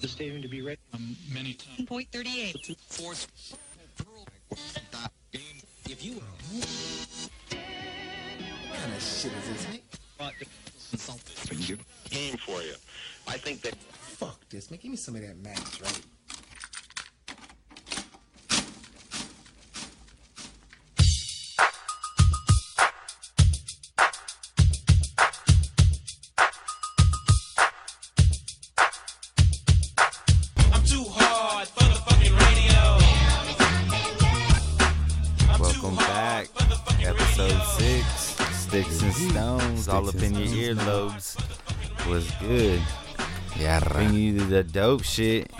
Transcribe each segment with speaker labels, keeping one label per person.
Speaker 1: the stadium to be ready.
Speaker 2: Um, many times.
Speaker 3: Point thirty-eight.
Speaker 2: Fourth.
Speaker 1: If you
Speaker 4: What kind of shit is this, Nick?
Speaker 5: team for you. I think that
Speaker 4: Fuck this, man. Give me some of that match, right?
Speaker 6: I'm too hard for the fucking radio.
Speaker 7: Welcome back. Episode 6 Sticks and Stones, all up
Speaker 8: Sticks
Speaker 7: in
Speaker 8: and
Speaker 7: your
Speaker 8: stones,
Speaker 7: earlobes. Was good.
Speaker 8: Yeah, right.
Speaker 7: Bringing you the dope shit.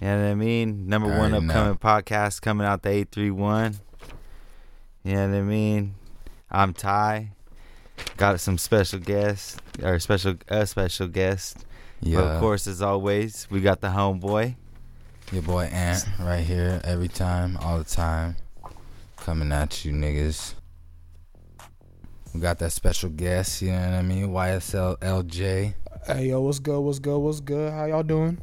Speaker 7: You know what I mean? Number
Speaker 8: I
Speaker 7: one
Speaker 8: know.
Speaker 7: upcoming podcast coming out the 831. You know what I mean? I'm Ty. Got some special guests, or special a special guest.
Speaker 8: Yeah,
Speaker 7: But of course, as always, we got the homeboy.
Speaker 8: Your boy Ant right here every time, all the time, coming at you niggas. We got that special guest, you know what I mean? YSL LJ.
Speaker 9: Hey yo, what's good? What's good? What's good? How y'all doing?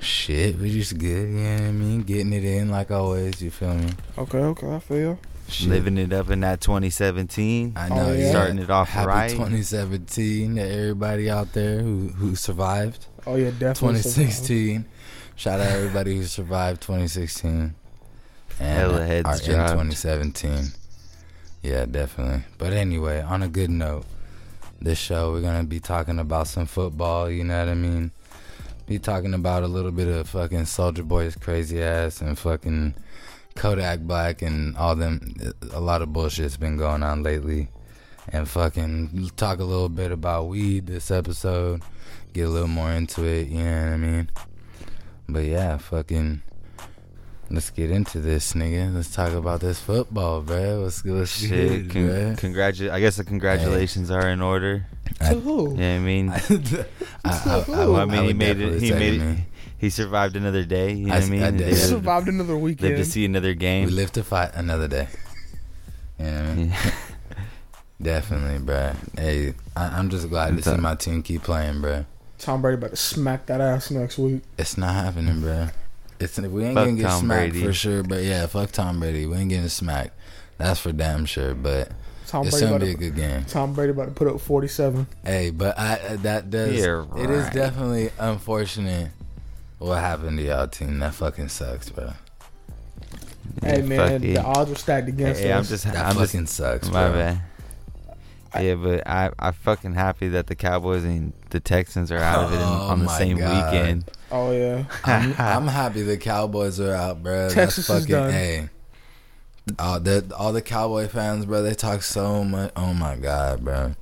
Speaker 8: Shit, we just good, you know what I mean? Getting it in like always, you feel me?
Speaker 9: Okay, okay, I feel you.
Speaker 8: Shit.
Speaker 7: Living it up in that 2017.
Speaker 8: I
Speaker 9: Oh,
Speaker 8: know,
Speaker 9: yeah.
Speaker 8: yeah.
Speaker 7: Starting it off
Speaker 8: Happy
Speaker 7: right.
Speaker 8: 2017 to everybody out there who, who survived.
Speaker 9: Oh yeah, definitely.
Speaker 8: 2016. Shout out everybody who survived 2016 and
Speaker 7: Hella heads
Speaker 8: are
Speaker 7: dropped.
Speaker 8: in 2017. Yeah, definitely. But anyway, on a good note, this show we're gonna be talking about some football. You know what I mean? Be talking about a little bit of fucking Soldier Boy's crazy ass and fucking Kodak Black and all them. A lot of bullshit's been going on lately. And fucking talk a little bit about weed this episode get a little more into it, you know what I mean? But yeah, fucking let's get into this, nigga. Let's talk about this football, bro. Let's go
Speaker 7: Shit,
Speaker 8: shit,
Speaker 7: con-
Speaker 8: bruh.
Speaker 7: congratu- I guess the congratulations are in order.
Speaker 8: I-
Speaker 9: To who?
Speaker 7: Yeah, I mean,
Speaker 8: I,
Speaker 7: I,
Speaker 8: I, I,
Speaker 7: well, I
Speaker 8: would-
Speaker 7: mean, he
Speaker 8: would
Speaker 7: made it.
Speaker 8: definitely
Speaker 7: He
Speaker 8: say
Speaker 7: made it.
Speaker 8: to me,
Speaker 7: He survived another day. You know
Speaker 8: I
Speaker 7: what I
Speaker 8: s-
Speaker 7: mean?
Speaker 8: I
Speaker 7: And
Speaker 8: did.
Speaker 7: they
Speaker 8: Yeah.
Speaker 7: lived-
Speaker 9: Survived another
Speaker 7: Lived to
Speaker 9: weekend.
Speaker 7: see another
Speaker 8: We
Speaker 7: game.
Speaker 8: live to fight another day. You know what I mean?
Speaker 7: Yeah.
Speaker 8: Definitely, bro. Hey, I, I'm just glad to see my team keep playing, bro.
Speaker 9: Tom Brady about to smack that ass next week.
Speaker 8: It's not happening, bro. It's we ain't
Speaker 7: Fuck
Speaker 8: gonna get
Speaker 7: Tom
Speaker 8: smacked
Speaker 7: Brady.
Speaker 8: for sure, but yeah, fuck Tom Brady. We ain't getting smacked. That's for damn sure. But
Speaker 9: Tom
Speaker 8: it's
Speaker 9: Brady
Speaker 8: gonna
Speaker 9: about
Speaker 8: be a
Speaker 9: to.
Speaker 8: good game.
Speaker 9: Tom Brady about to put up 47.
Speaker 8: Hey, but I uh, that does
Speaker 7: You're
Speaker 8: it is
Speaker 7: right.
Speaker 8: definitely unfortunate what happened to y'all team. That fucking sucks, bro.
Speaker 9: hey
Speaker 7: Yeah,
Speaker 9: man,
Speaker 7: fuck it.
Speaker 9: the odds are stacked against
Speaker 7: Hey, I'm
Speaker 9: us.
Speaker 7: just.
Speaker 8: That
Speaker 7: I'm just.
Speaker 8: fucking sucks,
Speaker 7: My
Speaker 8: bro.
Speaker 7: bad. Yeah, but I I fucking happy that the Cowboys and the Texans are out of it in,
Speaker 8: Oh
Speaker 7: on the
Speaker 8: my
Speaker 7: same
Speaker 8: God.
Speaker 7: weekend.
Speaker 9: oh yeah.
Speaker 8: I'm, I'm happy the Cowboys are out, bro.
Speaker 9: Texas is
Speaker 8: That's fucking
Speaker 9: done.
Speaker 8: hey. All the all the Cowboy fans, bro. They talk so much. Oh my god, bro.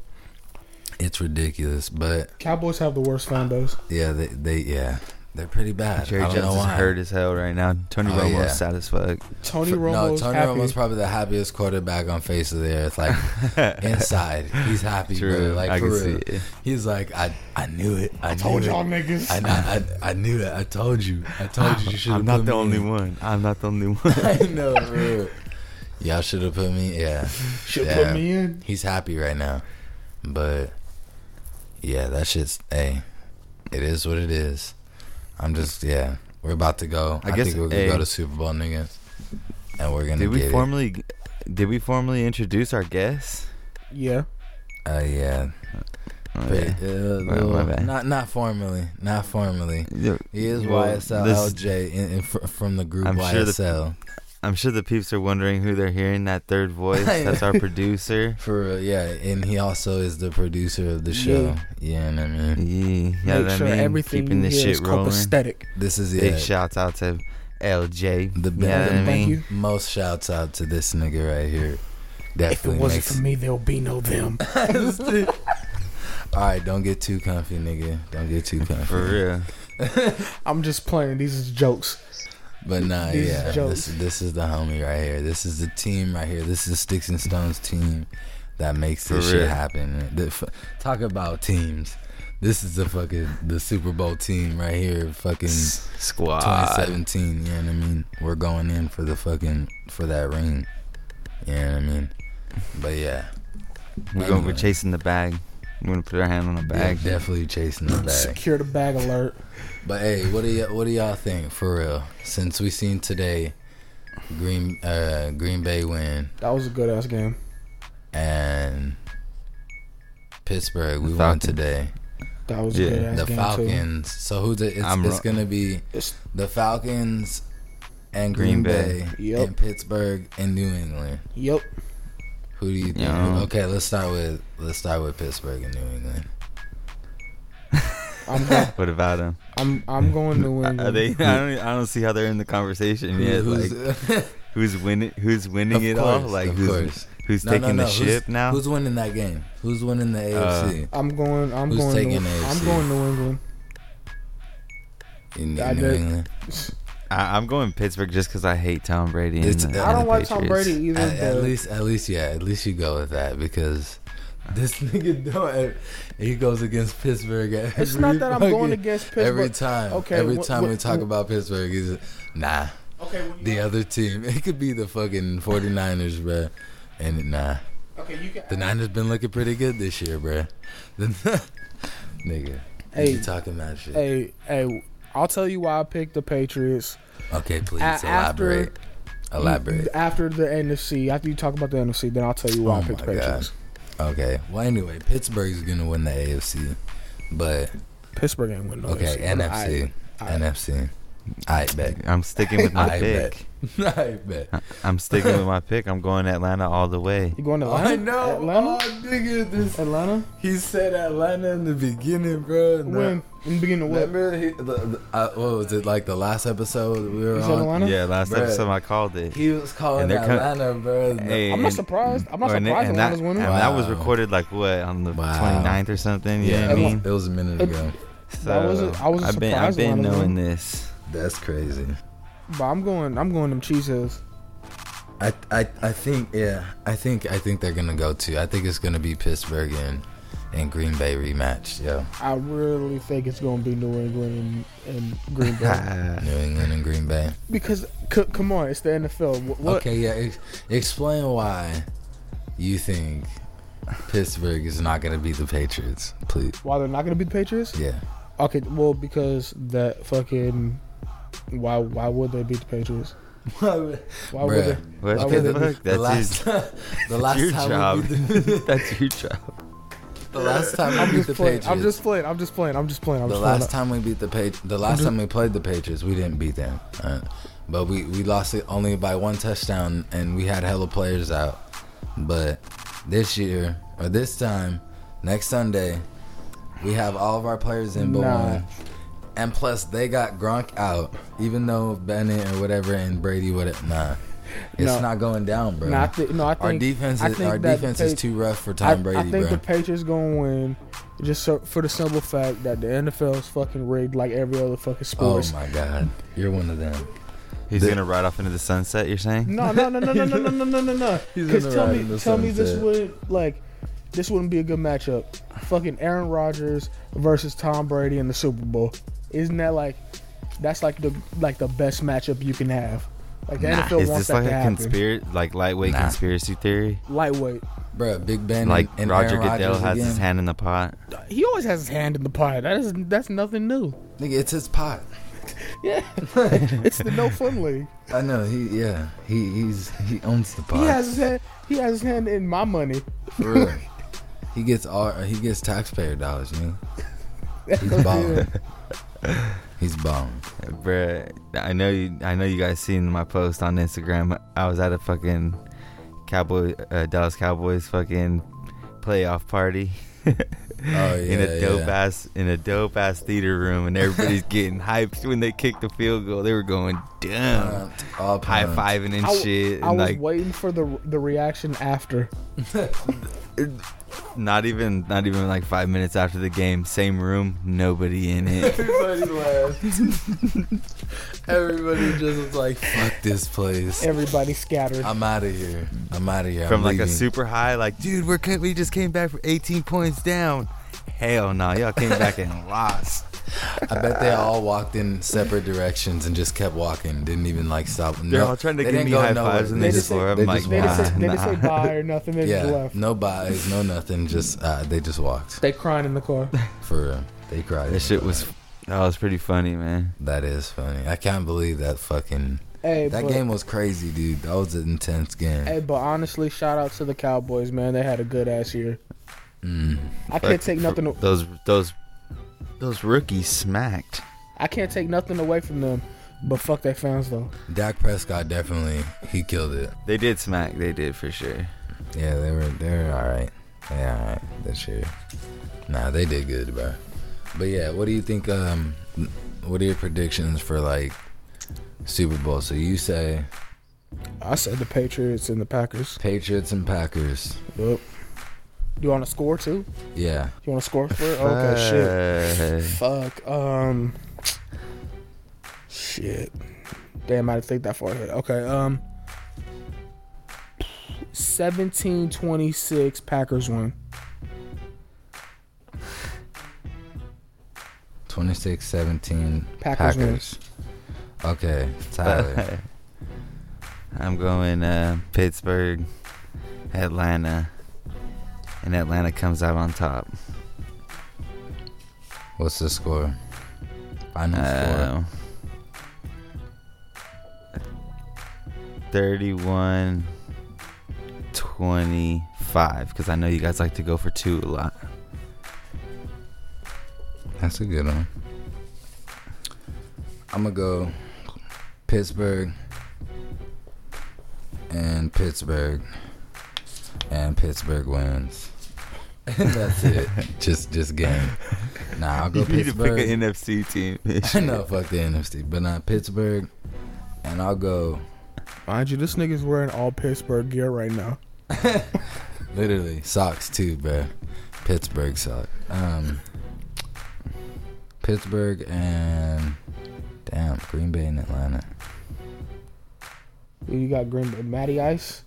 Speaker 8: It's ridiculous, but
Speaker 9: Cowboys have the worst fan base.
Speaker 8: yeah, they, they yeah, they're pretty bad.
Speaker 7: Jerry
Speaker 8: I don't know
Speaker 7: Jones is
Speaker 8: why.
Speaker 7: hurt as hell right now. Tony
Speaker 8: Oh,
Speaker 7: Romo's
Speaker 8: yeah.
Speaker 7: sad as fuck.
Speaker 9: Tony
Speaker 8: F-
Speaker 9: Romo's
Speaker 8: no, Tony
Speaker 9: happy.
Speaker 8: Romo's probably the happiest quarterback on face of the earth. Like inside, he's happy,
Speaker 7: True,
Speaker 8: bro. Like
Speaker 7: I
Speaker 8: for
Speaker 7: can see
Speaker 8: real.
Speaker 7: it.
Speaker 8: He's like, I, I knew it. I,
Speaker 9: Told
Speaker 8: knew
Speaker 9: y'all
Speaker 8: it.
Speaker 9: niggas.
Speaker 8: I, I, I, I knew it. I told you. I told you. You should.
Speaker 7: I'm not the only one. I'm not the only one.
Speaker 8: I know, bro. Y'all should have put me. Yeah,
Speaker 9: Should
Speaker 8: Yeah.
Speaker 9: put me in.
Speaker 8: he's happy right now, but yeah, that shit's. Hey, it is what it is. I'm just. Yeah, we're about to go.
Speaker 7: I
Speaker 8: I,
Speaker 7: guess-
Speaker 8: think we're gonna
Speaker 7: hey.
Speaker 8: go to Super Bowl, niggas, and we're gonna
Speaker 7: Did we
Speaker 8: get it.
Speaker 7: formally? Did we formally introduce our guests? Oh,
Speaker 9: Yeah.
Speaker 8: Uh, yeah.
Speaker 7: Okay.
Speaker 8: Pretty- uh,
Speaker 7: My- my
Speaker 8: little-
Speaker 7: bad.
Speaker 8: not not formally, not formally.
Speaker 7: Yeah,
Speaker 8: He is
Speaker 7: well,
Speaker 8: YSL
Speaker 7: this-
Speaker 8: LJ in, in, fr- from the group
Speaker 7: I'm
Speaker 8: YSL.
Speaker 7: sure the- I'm sure the peeps are wondering who they're hearing. That third voice. That's our producer.
Speaker 8: For real, yeah, and he also is the producer of the show. Yeah, you know what I mean.
Speaker 7: Yeah, yeah,
Speaker 9: Make
Speaker 7: that
Speaker 9: sure
Speaker 7: mean
Speaker 9: everything
Speaker 7: keeping
Speaker 9: you
Speaker 7: this
Speaker 9: hear
Speaker 7: shit
Speaker 9: is called
Speaker 7: rolling.
Speaker 9: aesthetic.
Speaker 8: This is
Speaker 7: Big
Speaker 8: yeah,
Speaker 7: shouts out to LJ. you
Speaker 8: The best.
Speaker 7: know what I mean?
Speaker 8: Thank
Speaker 9: you.
Speaker 8: most shouts out to this nigga right here.
Speaker 9: If it
Speaker 8: Definitely
Speaker 9: wasn't
Speaker 8: makes.
Speaker 9: for me, there'll be no them.
Speaker 8: All right, don't get too comfy, nigga. Don't get too comfy.
Speaker 7: For real.
Speaker 9: I'm just playing. These is jokes.
Speaker 8: But nah,
Speaker 9: These
Speaker 8: yeah,
Speaker 9: jokes.
Speaker 8: this this is the homie right here. This is the team right here. This is the Sticks and Stones team that makes this
Speaker 7: For
Speaker 8: shit
Speaker 7: real.
Speaker 8: happen. The f- talk about teams. This is the fucking the Super Bowl team right here. Fucking
Speaker 7: Squad.
Speaker 8: 2017. You know what I mean? We're going in for the fucking for that ring. You know what I mean? But yeah,
Speaker 7: We're, going, we're chasing the bag. We're gonna put our hand on the
Speaker 8: Yeah,
Speaker 7: bag.
Speaker 8: definitely chasing the bag.
Speaker 9: Secure the bag alert.
Speaker 8: But hey, what do y- what do y'all think for real? Since we seen today, Green uh, Green Bay win
Speaker 9: That was a good ass game.
Speaker 8: and Pittsburgh we won
Speaker 7: Falcons.
Speaker 8: today.
Speaker 9: That was
Speaker 7: Yeah,
Speaker 9: a good ass
Speaker 8: The
Speaker 9: game too.
Speaker 8: Falcons. So who's it? It's,
Speaker 7: I'm
Speaker 8: it's
Speaker 7: ro-
Speaker 8: gonna be
Speaker 9: It's-
Speaker 8: the Falcons and
Speaker 7: Green
Speaker 8: Green, Bay,
Speaker 7: Bay.
Speaker 9: Yep.
Speaker 8: and Pittsburgh and New England.
Speaker 9: Yep.
Speaker 8: Who do you think?
Speaker 7: Yeah.
Speaker 8: Okay, let's start with let's start with Pittsburgh and New England.
Speaker 9: I'm go-
Speaker 7: What about them?
Speaker 9: I'm I'm going New
Speaker 7: Are
Speaker 9: England.
Speaker 7: they? I don't. e, I don't see how they're in the conversation yet.
Speaker 8: Who's-
Speaker 7: like, who's winning? Who's winning
Speaker 8: Of
Speaker 7: it all?
Speaker 8: course,
Speaker 7: Like,
Speaker 8: of
Speaker 7: who's
Speaker 8: course.
Speaker 7: who's
Speaker 8: No, no,
Speaker 7: taking
Speaker 8: no,
Speaker 7: the
Speaker 8: who's-
Speaker 7: ship now? Uh,
Speaker 8: Who's winning that game? Who's winning the AFC?
Speaker 9: I'm going. I'm
Speaker 8: Who's
Speaker 9: going.
Speaker 8: taking
Speaker 9: New, I'm
Speaker 8: AFC?
Speaker 9: going New England.
Speaker 8: in
Speaker 9: I
Speaker 8: New
Speaker 9: bet-
Speaker 8: England.
Speaker 7: I, I'm going Pittsburgh just because I hate Tom Brady. and
Speaker 8: It's- uh,
Speaker 7: the-
Speaker 8: I
Speaker 9: I
Speaker 7: and
Speaker 9: don't
Speaker 7: the
Speaker 9: like Tom
Speaker 7: Patriots.
Speaker 9: Brady either.
Speaker 8: At, at
Speaker 9: but
Speaker 8: least, at least, yeah, at least you go with that because this nigga don't. He goes against Pittsburgh. Every
Speaker 9: it's not that I'm going
Speaker 8: fucking-
Speaker 9: against Pittsburgh.
Speaker 8: Every time,
Speaker 9: Okay.
Speaker 8: every
Speaker 9: wh-
Speaker 8: time
Speaker 9: wh-
Speaker 8: we talk
Speaker 9: wh-
Speaker 8: about Pittsburgh, he's nah.
Speaker 9: Okay. When
Speaker 8: The other team, it could be the fucking 49ers, bruh. And nah,
Speaker 9: okay. You
Speaker 8: the Niners been looking pretty good this year, bruh. The, nigga,
Speaker 9: Hey.
Speaker 8: you talking that shit?
Speaker 9: Hey, hey. I'll tell you why I picked the Patriots.
Speaker 8: Okay, please
Speaker 9: A- after-
Speaker 8: elaborate. elaborate.
Speaker 9: After the NFC, after you talk about the NFC, then I'll tell you why
Speaker 8: Oh
Speaker 9: I picked the
Speaker 8: my God.
Speaker 9: Patriots.
Speaker 8: Okay. Well, anyway, Pittsburgh's gonna win the AFC, but
Speaker 9: Pittsburgh ain't winning. no
Speaker 8: okay,
Speaker 9: NFC.
Speaker 8: NFC, NFC. I bet.
Speaker 7: I'm sticking with my
Speaker 8: I
Speaker 7: pick.
Speaker 8: bet. I bet.
Speaker 7: I'm sticking with my pick. I'm going Atlanta all the way.
Speaker 9: You going to Atlanta?
Speaker 8: I know.
Speaker 9: Atlanta?
Speaker 8: Oh, nigga, this.
Speaker 9: Atlanta?
Speaker 8: He said Atlanta in the beginning, bro. and
Speaker 9: When? In the beginning of
Speaker 8: that-
Speaker 9: what?
Speaker 8: Remember, he, the, the, I, what was it like the last episode we were
Speaker 9: You said
Speaker 8: on?
Speaker 9: Atlanta?
Speaker 7: Yeah, last
Speaker 8: Bruh.
Speaker 7: episode I called it.
Speaker 8: He was calling
Speaker 7: And they're co-
Speaker 8: Atlanta, bro.
Speaker 7: Hey,
Speaker 9: I'm not
Speaker 7: and-
Speaker 9: surprised. I'm not
Speaker 7: or- and-
Speaker 9: surprised
Speaker 7: and
Speaker 9: Atlanta's
Speaker 7: that,
Speaker 9: winning.
Speaker 7: And that was
Speaker 8: Wow.
Speaker 7: recorded like what on the
Speaker 8: Wow.
Speaker 7: 29th or something. You know what I
Speaker 9: Yeah.
Speaker 7: mean?
Speaker 8: it was a minute
Speaker 9: It-
Speaker 8: ago.
Speaker 7: So
Speaker 9: That wasn't- I wasn't
Speaker 7: have been I've
Speaker 9: surprised
Speaker 7: been
Speaker 9: Atlanta
Speaker 7: knowing this.
Speaker 8: That's crazy.
Speaker 9: But I'm going. I'm going them cheese hills.
Speaker 8: I, I I think yeah I think I think they're gonna go to I think it's gonna be Pittsburgh and, and Green Bay rematch yo
Speaker 9: I really think it's going to be New England and, and Green Bay
Speaker 7: Ah,
Speaker 8: New England and Green Bay
Speaker 9: because c- come on, it's the NFL. What? what
Speaker 8: okay yeah ex- explain why you think Pittsburgh is not gonna be the Patriots please
Speaker 9: Why they're not going to be the Patriots?
Speaker 8: yeah
Speaker 9: Okay, well because that fucking. Why? Why would they beat the Patriots? Why would
Speaker 8: Bruh.
Speaker 9: they?
Speaker 7: what
Speaker 9: Okay,
Speaker 7: the
Speaker 9: the-
Speaker 7: fuck?
Speaker 8: the
Speaker 7: That's
Speaker 8: last
Speaker 7: your,
Speaker 8: the last
Speaker 7: your
Speaker 8: time
Speaker 7: job.
Speaker 8: we beat the,
Speaker 7: that's your job.
Speaker 8: the last time we
Speaker 9: I'm
Speaker 8: beat
Speaker 9: just
Speaker 8: the
Speaker 9: playing.
Speaker 8: Patriots
Speaker 9: I'm just playing. I'm just playing. I'm just playing. I'm
Speaker 8: the
Speaker 9: just
Speaker 8: last
Speaker 9: playing.
Speaker 8: time we beat the page the last time we played the Patriots, we didn't beat them. Uh, but we, we lost it only by one touchdown and we had hella players out. But this year or this time, next Sunday, we have all of our players in but
Speaker 9: Nah.
Speaker 8: one. And plus they got Gronk out, even though Bennett or whatever and Brady would nah. It's
Speaker 9: No.
Speaker 8: not going down, bro.
Speaker 9: No, I thi- no, I
Speaker 8: our
Speaker 9: think-
Speaker 8: defense
Speaker 9: I
Speaker 8: is,
Speaker 9: think
Speaker 8: our
Speaker 9: that
Speaker 8: defense
Speaker 9: the
Speaker 8: is
Speaker 9: Pat-
Speaker 8: too rough for
Speaker 9: I,
Speaker 8: Tom Brady,
Speaker 9: I think
Speaker 8: bro.
Speaker 9: the Patriots gonna win, just so, for the simple fact that the NFL is fucking rigged like every other fucking
Speaker 8: oh
Speaker 9: sport.
Speaker 8: my god. You're one of them.
Speaker 7: He's
Speaker 8: The-
Speaker 7: gonna ride off into the sunset. You're saying?
Speaker 9: No, no, no, no, no, no, no, no, no, no, no.
Speaker 8: He's
Speaker 9: Because
Speaker 8: gonna
Speaker 9: tell
Speaker 8: ride
Speaker 9: me,
Speaker 8: in the
Speaker 9: tell me, this
Speaker 8: sunset.
Speaker 9: would like, this wouldn't be a good matchup. Fucking Aaron Rodgers versus Tom Brady in the Super Bowl. Isn't that like, that's like the like the best matchup you can have. Like the NFL
Speaker 7: Is
Speaker 9: wants
Speaker 7: this
Speaker 9: that
Speaker 7: like
Speaker 9: to
Speaker 7: a
Speaker 9: happen.
Speaker 7: conspiracy, like lightweight
Speaker 8: Nah.
Speaker 7: conspiracy theory?
Speaker 9: Lightweight.
Speaker 8: Bro, Big Ben
Speaker 7: Like
Speaker 8: and
Speaker 7: Roger
Speaker 8: Aaron Rodgers
Speaker 7: Goodell has
Speaker 8: again.
Speaker 7: his hand in the pot.
Speaker 9: He always has his hand in the pie. That is that's nothing new.
Speaker 8: Nigga, it's his pot.
Speaker 9: Yeah, it's the no fun league.
Speaker 8: I know he. Yeah, he he's he owns the pot.
Speaker 9: He has his hand. He has his hand in my money.
Speaker 8: For real. He gets all. He gets taxpayer dollars. You know. He's balling. he's balling.
Speaker 7: Bruh, I know you. I know you guys seen my post on Instagram. I was at a fucking Cowboy uh, Dallas Cowboys fucking playoff party
Speaker 8: Oh yeah.
Speaker 7: in a dope
Speaker 8: yeah.
Speaker 7: ass in a dope ass theater room, and everybody's getting hyped when they kicked the field goal. They were going dumb,
Speaker 8: Pumped, all
Speaker 7: high
Speaker 8: pumped.
Speaker 7: fiving and
Speaker 9: I,
Speaker 7: shit,
Speaker 9: I
Speaker 7: and
Speaker 9: was
Speaker 7: like
Speaker 9: waiting for the the reaction after.
Speaker 7: not even not even like five minutes after the game. Same room, nobody in it.
Speaker 8: Everybody laughed. Everybody just was like, "Fuck this place.
Speaker 9: Everybody scattered.
Speaker 8: I'm out of here. I'm out of here."
Speaker 7: from
Speaker 8: I'm
Speaker 7: like a
Speaker 8: leaving.
Speaker 7: super high, like dude, we're ca- we just came back from 18 points down, Hell no, y'all came back and lost.
Speaker 8: I bet they all walked in separate directions and just kept walking. Didn't even like stop.
Speaker 7: They're all trying to
Speaker 8: they
Speaker 7: give me
Speaker 8: didn't go
Speaker 7: high
Speaker 8: nowhere.
Speaker 7: fives and they just
Speaker 8: walked.
Speaker 7: were. I'm
Speaker 8: they
Speaker 7: like,
Speaker 8: just
Speaker 9: They
Speaker 8: walked.
Speaker 9: didn't say, they
Speaker 7: nah,
Speaker 9: didn't say
Speaker 7: nah.
Speaker 9: bye or nothing. They just
Speaker 8: Yeah,
Speaker 9: left.
Speaker 8: no buys, no nothing. Just uh, they just walked
Speaker 9: They crying in the car.
Speaker 8: for real. They cried.
Speaker 7: That shit was that was pretty funny, man.
Speaker 8: That is funny. I can't believe that fucking.
Speaker 9: Hey,
Speaker 8: That
Speaker 9: but,
Speaker 8: game was crazy, dude. That was an intense game.
Speaker 9: Hey, but honestly, shout out to the Cowboys, man. They had a good ass year.
Speaker 8: Mm,
Speaker 9: I can't
Speaker 7: Like,
Speaker 9: take nothing. a-
Speaker 7: Those those those rookies smacked.
Speaker 9: I can't take nothing away from them. But fuck their fans though.
Speaker 8: Dak Prescott definitely he killed it.
Speaker 7: They did smack. They did for sure.
Speaker 8: Yeah, they were they were all right. They all right this year. Nah, they did good, bro. But yeah, what do you think? Um, what are your predictions for like Super Bowl? So you say
Speaker 9: I said the Patriots and the Packers.
Speaker 8: Patriots and Packers.
Speaker 9: Yep. You want to score too?
Speaker 8: Yeah,
Speaker 9: You want to score for it? Okay, shit.
Speaker 7: shit.
Speaker 9: Fuck. Um. Shit. Damn, I didn't think that far ahead. Okay. Um. 17-26 Packers win.
Speaker 8: 26-17
Speaker 9: Packers
Speaker 8: Packers.
Speaker 9: win.
Speaker 8: Okay, Tyler.
Speaker 7: I'm going uh, Pittsburgh, Atlanta, and Atlanta comes out on top.
Speaker 8: what's the score? Final score.
Speaker 7: Um, 31 25 because I know you guys like to go for two a lot.
Speaker 8: That's a good one. I'm gonna go Pittsburgh and Pittsburgh and Pittsburgh wins. That's it. just just game. Nah, I'll go Pittsburgh.
Speaker 7: an NFC team.
Speaker 8: I know, fuck the NFC, but not Pittsburgh. And I'll go
Speaker 9: Mind you, this nigga's wearing all Pittsburgh gear right now.
Speaker 8: literally socks too, bro. Pittsburgh sock. Um, Pittsburgh and damn Green Bay and Atlanta.
Speaker 9: You got Green Bay, Matty Ice.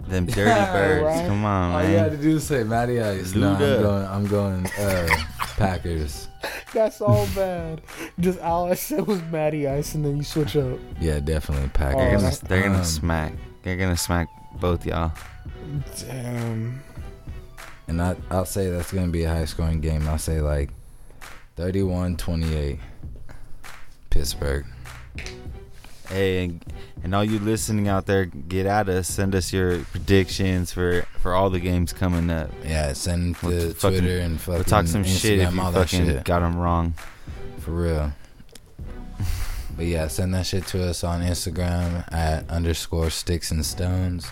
Speaker 7: Them dirty birds.
Speaker 9: right.
Speaker 7: Come on,
Speaker 8: All
Speaker 7: man.
Speaker 8: you had to do was say Matty Ice. No, I'm
Speaker 7: Luda.
Speaker 8: going. I'm going. Uh, Packers.
Speaker 9: That's all bad. Just all I said was Matty Ice, and then you switch up.
Speaker 8: Yeah, definitely
Speaker 7: They're
Speaker 8: Packers.
Speaker 7: gonna, they're gonna
Speaker 8: Um,
Speaker 7: smack. They're gonna smack both y'all.
Speaker 9: Damn.
Speaker 8: and I, I'll say that's gonna be a high scoring game. I'll say like 31-28. Pittsburgh.
Speaker 7: Hey, and, and all you listening out there, get at us. Send us your predictions for for all the games coming up.
Speaker 8: Yeah, send to
Speaker 7: We'll
Speaker 8: Twitter
Speaker 7: fucking-
Speaker 8: and fucking
Speaker 7: We'll talk some
Speaker 8: Instagram,
Speaker 7: shit if you
Speaker 8: all that
Speaker 7: fucking
Speaker 8: shit.
Speaker 7: got them wrong.
Speaker 8: For real. But yeah, send that shit to us on Instagram at underscore sticks and stones,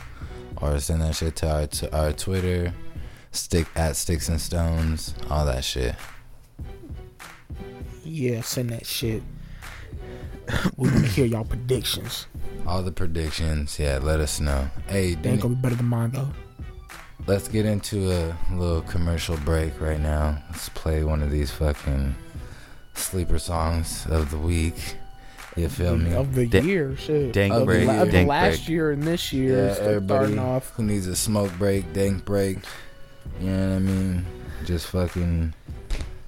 Speaker 8: or send that shit to our to our Twitter, stick at sticks and stones, all that shit.
Speaker 9: Yeah, send that shit. we gonna hear y'all predictions.
Speaker 8: All the predictions, yeah. Let us know. Hey,
Speaker 9: They ain't gonna be better than mine though.
Speaker 8: let's get into a little commercial break right now. Let's play one of these fucking sleeper songs of the week. You feel me?
Speaker 9: Of the
Speaker 7: Da-
Speaker 9: year, shit.
Speaker 7: Dank
Speaker 9: of
Speaker 8: break,
Speaker 9: the, la- of the
Speaker 7: dank
Speaker 9: last
Speaker 7: break.
Speaker 9: year and this year,
Speaker 8: Yeah,
Speaker 9: it's
Speaker 8: everybody
Speaker 9: starting off.
Speaker 8: who needs a smoke break, dank break. You know what I mean? Just fucking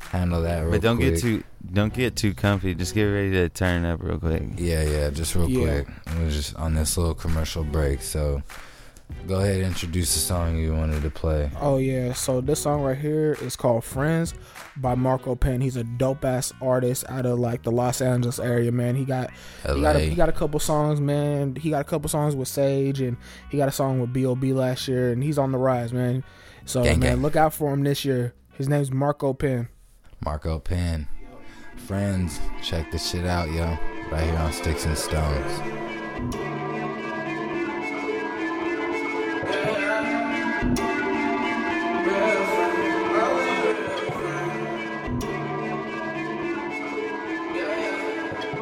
Speaker 8: handle that real
Speaker 7: But don't
Speaker 8: quick.
Speaker 7: get too don't get too comfy. Just get ready to turn up real quick.
Speaker 8: Yeah, yeah, just real
Speaker 9: Yeah.
Speaker 8: quick. We're just on this little commercial break, so go ahead and introduce the song you wanted to play.
Speaker 9: Oh yeah, so this song right here is called "Friends" by Marco Penn. He's a dope ass artist out of like the Los Angeles area, man. He got he got a,
Speaker 8: LA.
Speaker 9: he got a couple songs, man. He got a couple songs with Sage, and he got a song with B.O.B. last year, and he's on the rise, man. So
Speaker 8: Gang,
Speaker 9: man,
Speaker 8: gang.
Speaker 9: look out for him this year. His name's Marco Penn.
Speaker 8: Marco Penn. Friends, check this shit out, yo. Right here on Sticks and Stones.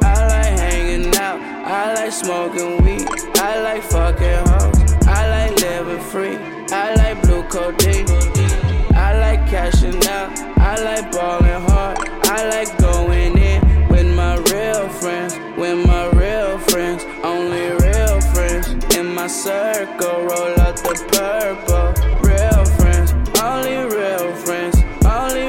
Speaker 1: I like hanging out. I like smoking weed. I like fucking hoes. I like living free. I like blue codeine. I like cashing out. I like balling hard. I like going in with my real friends. With my real friends. Only real friends. In my circle, roll out the purple. Real friends. Only real friends. Only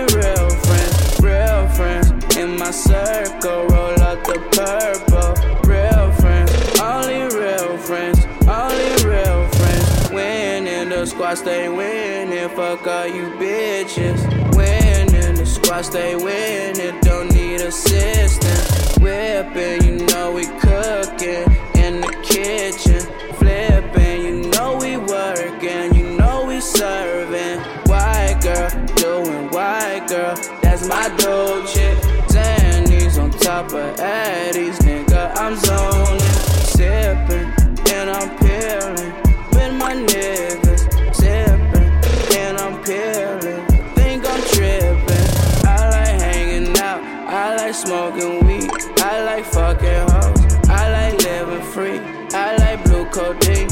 Speaker 1: squad stay winning. Fuck all you bitches. Winning, the squad stay winning. Don't need assistance. Whipping, you know we cooking in the kitchen. Flipping, you know we working. You know we serving. White girl, doing white girl. That's my dope chick. Zannies on top of Addies, nigga. I'm zoning, sipping, and I'm peeling with my niggas. Sipping, and I'm peeling. Think I'm tripping. I like hanging out. I like smoking weed. I like fucking hoes. I like living free. I like blue codeine.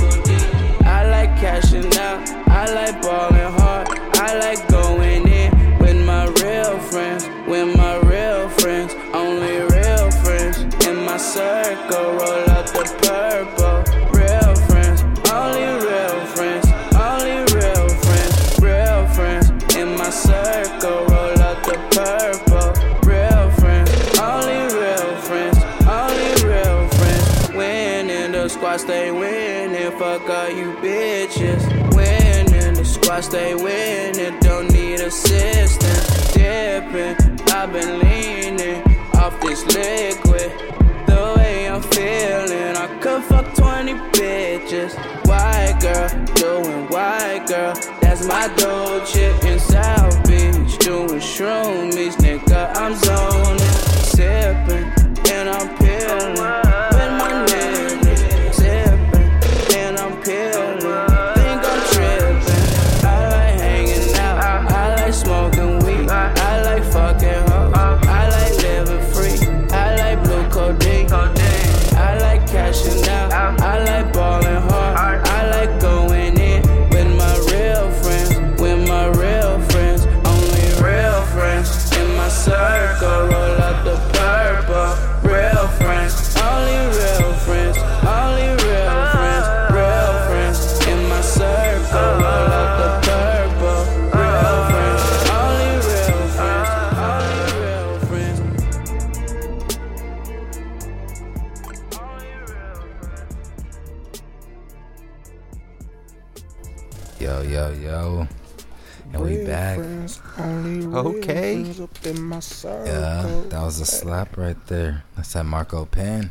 Speaker 1: I like cashing out. I like balling hard. I like going in with my real friends. With my real friends. Only real friends in my circle. Roll up the purple. Real friends. Only real friends. Only real friends. Real friends in my circle. Roll up the purple. Real friends. Only real friends. Only real friends. Winning the squad stay winning. Fuck all you bitches. Winning the squad stay winning. Don't need assistance. Dipping. I've been leaning off this liquid. The way I'm feeling, I could fuck 20 bitches. White girl, doing white girl. That's my dope chick in South Beach. Doing shroomies, nigga. I'm zoning, sipping, and I'm peeling. With my niggas, sipping, and I'm peeling. Think I'm tripping. I like hanging out. I like smoking weed. I like fucking hoes. I like living free. I like blue codeine. I like cashing out. I like balling hard. I like going in with my real friends. With my real friends. Only real friends in my circle. Roll up the purple. Real friends. Only real friends. Only real friends. Real friends in my circle. Roll up the purple. Real friends. Only real friends. Only real friends.
Speaker 8: Yo, yo, yo. And we
Speaker 9: Real
Speaker 8: back.
Speaker 9: friends, only real
Speaker 7: Okay.
Speaker 9: friends up in my circle.
Speaker 8: Yeah, that was a slap right there. That's that Marco Pen.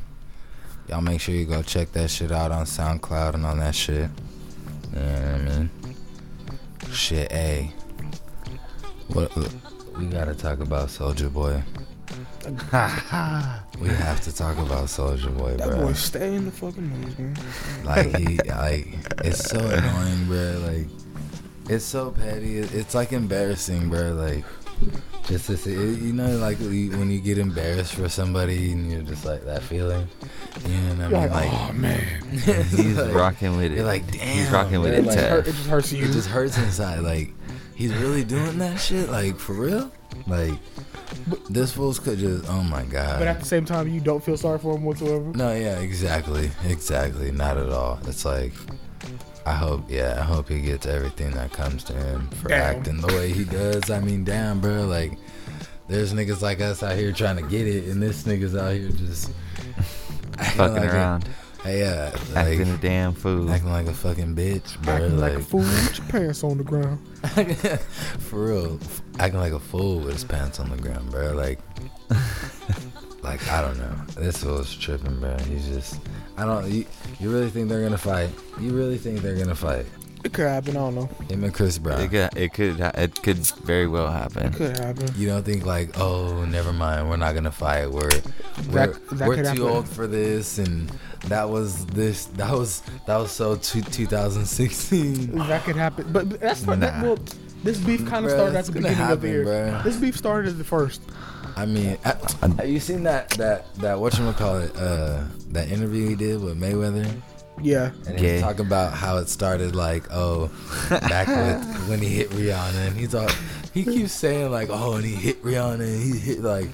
Speaker 8: Y'all make sure you go check that shit out on SoundCloud and on that shit. You know what I mean? Shit, a. What we gotta talk about Soldier Boy. we have to talk about Soldier Boy,
Speaker 9: That
Speaker 8: bro.
Speaker 9: boy stay in the fucking movies, man.
Speaker 8: Like he, like it's so annoying, bro. Like it's so petty. It- It's like embarrassing, bro. Like just this, it, you know, like you- when you get embarrassed for somebody and you're just like that feeling. You know what I mean? Like,
Speaker 9: oh man,
Speaker 7: He's
Speaker 8: like-
Speaker 7: rocking with it.
Speaker 8: You're like, damn.
Speaker 7: He's rocking with
Speaker 8: bro,
Speaker 7: it,
Speaker 8: like,
Speaker 7: Ted.
Speaker 9: it just hurts you.
Speaker 8: It just hurts inside. Like he's really doing that shit. Like for real. Like this fool's could just. Oh my god.
Speaker 9: but at the same time, you don't feel sorry for him whatsoever.
Speaker 8: No, yeah, exactly, exactly. Not at all. It's like, I hope, yeah, I hope he gets everything that comes to him for
Speaker 9: Damn.
Speaker 8: acting the way he does. I mean, damn, bro, like, there's niggas like us out here trying to get it, and this nigga's out here just acting
Speaker 7: fucking
Speaker 8: like
Speaker 7: around,
Speaker 8: A, yeah, like
Speaker 7: acting a
Speaker 8: acting,
Speaker 7: damn fool.
Speaker 8: like a fucking bitch, bro.
Speaker 9: Acting like,
Speaker 8: like
Speaker 9: a fool with your pants on the ground.
Speaker 8: for real, f- acting like a fool with his pants on the ground, bro. Like, like I don't know. This fool's tripping, bro. He's just, I don't. You, you really think they're gonna fight? You really think they're gonna fight?
Speaker 9: It could happen. I don't know.
Speaker 8: Him and Chris
Speaker 7: It
Speaker 8: Brown.
Speaker 7: could, it could, ha- it could very well happen.
Speaker 9: Could happen.
Speaker 8: You don't think like, oh, never mind. We're not gonna fight. We're we're,
Speaker 9: that
Speaker 8: we're
Speaker 9: could
Speaker 8: too
Speaker 9: happen.
Speaker 8: old for this, and that was this. That was that was so two, 2016.
Speaker 9: That could happen. But but that's not that.
Speaker 8: Nah.
Speaker 9: Well, this beef kind
Speaker 8: Bruh,
Speaker 9: of started at
Speaker 8: that's
Speaker 9: the
Speaker 8: gonna
Speaker 9: beginning of
Speaker 8: happen,
Speaker 9: the year.
Speaker 8: bruh.
Speaker 9: This beef started at the first.
Speaker 8: I mean, I, have you seen that that that what you call it? Uh, that interview he did with Mayweather.
Speaker 9: Yeah.
Speaker 8: And he
Speaker 7: Gay.
Speaker 8: was talking about how it started, like, oh, back with, when he hit Rihanna, and he's all, he keeps saying like, oh, and he hit Rihanna, and he hit like,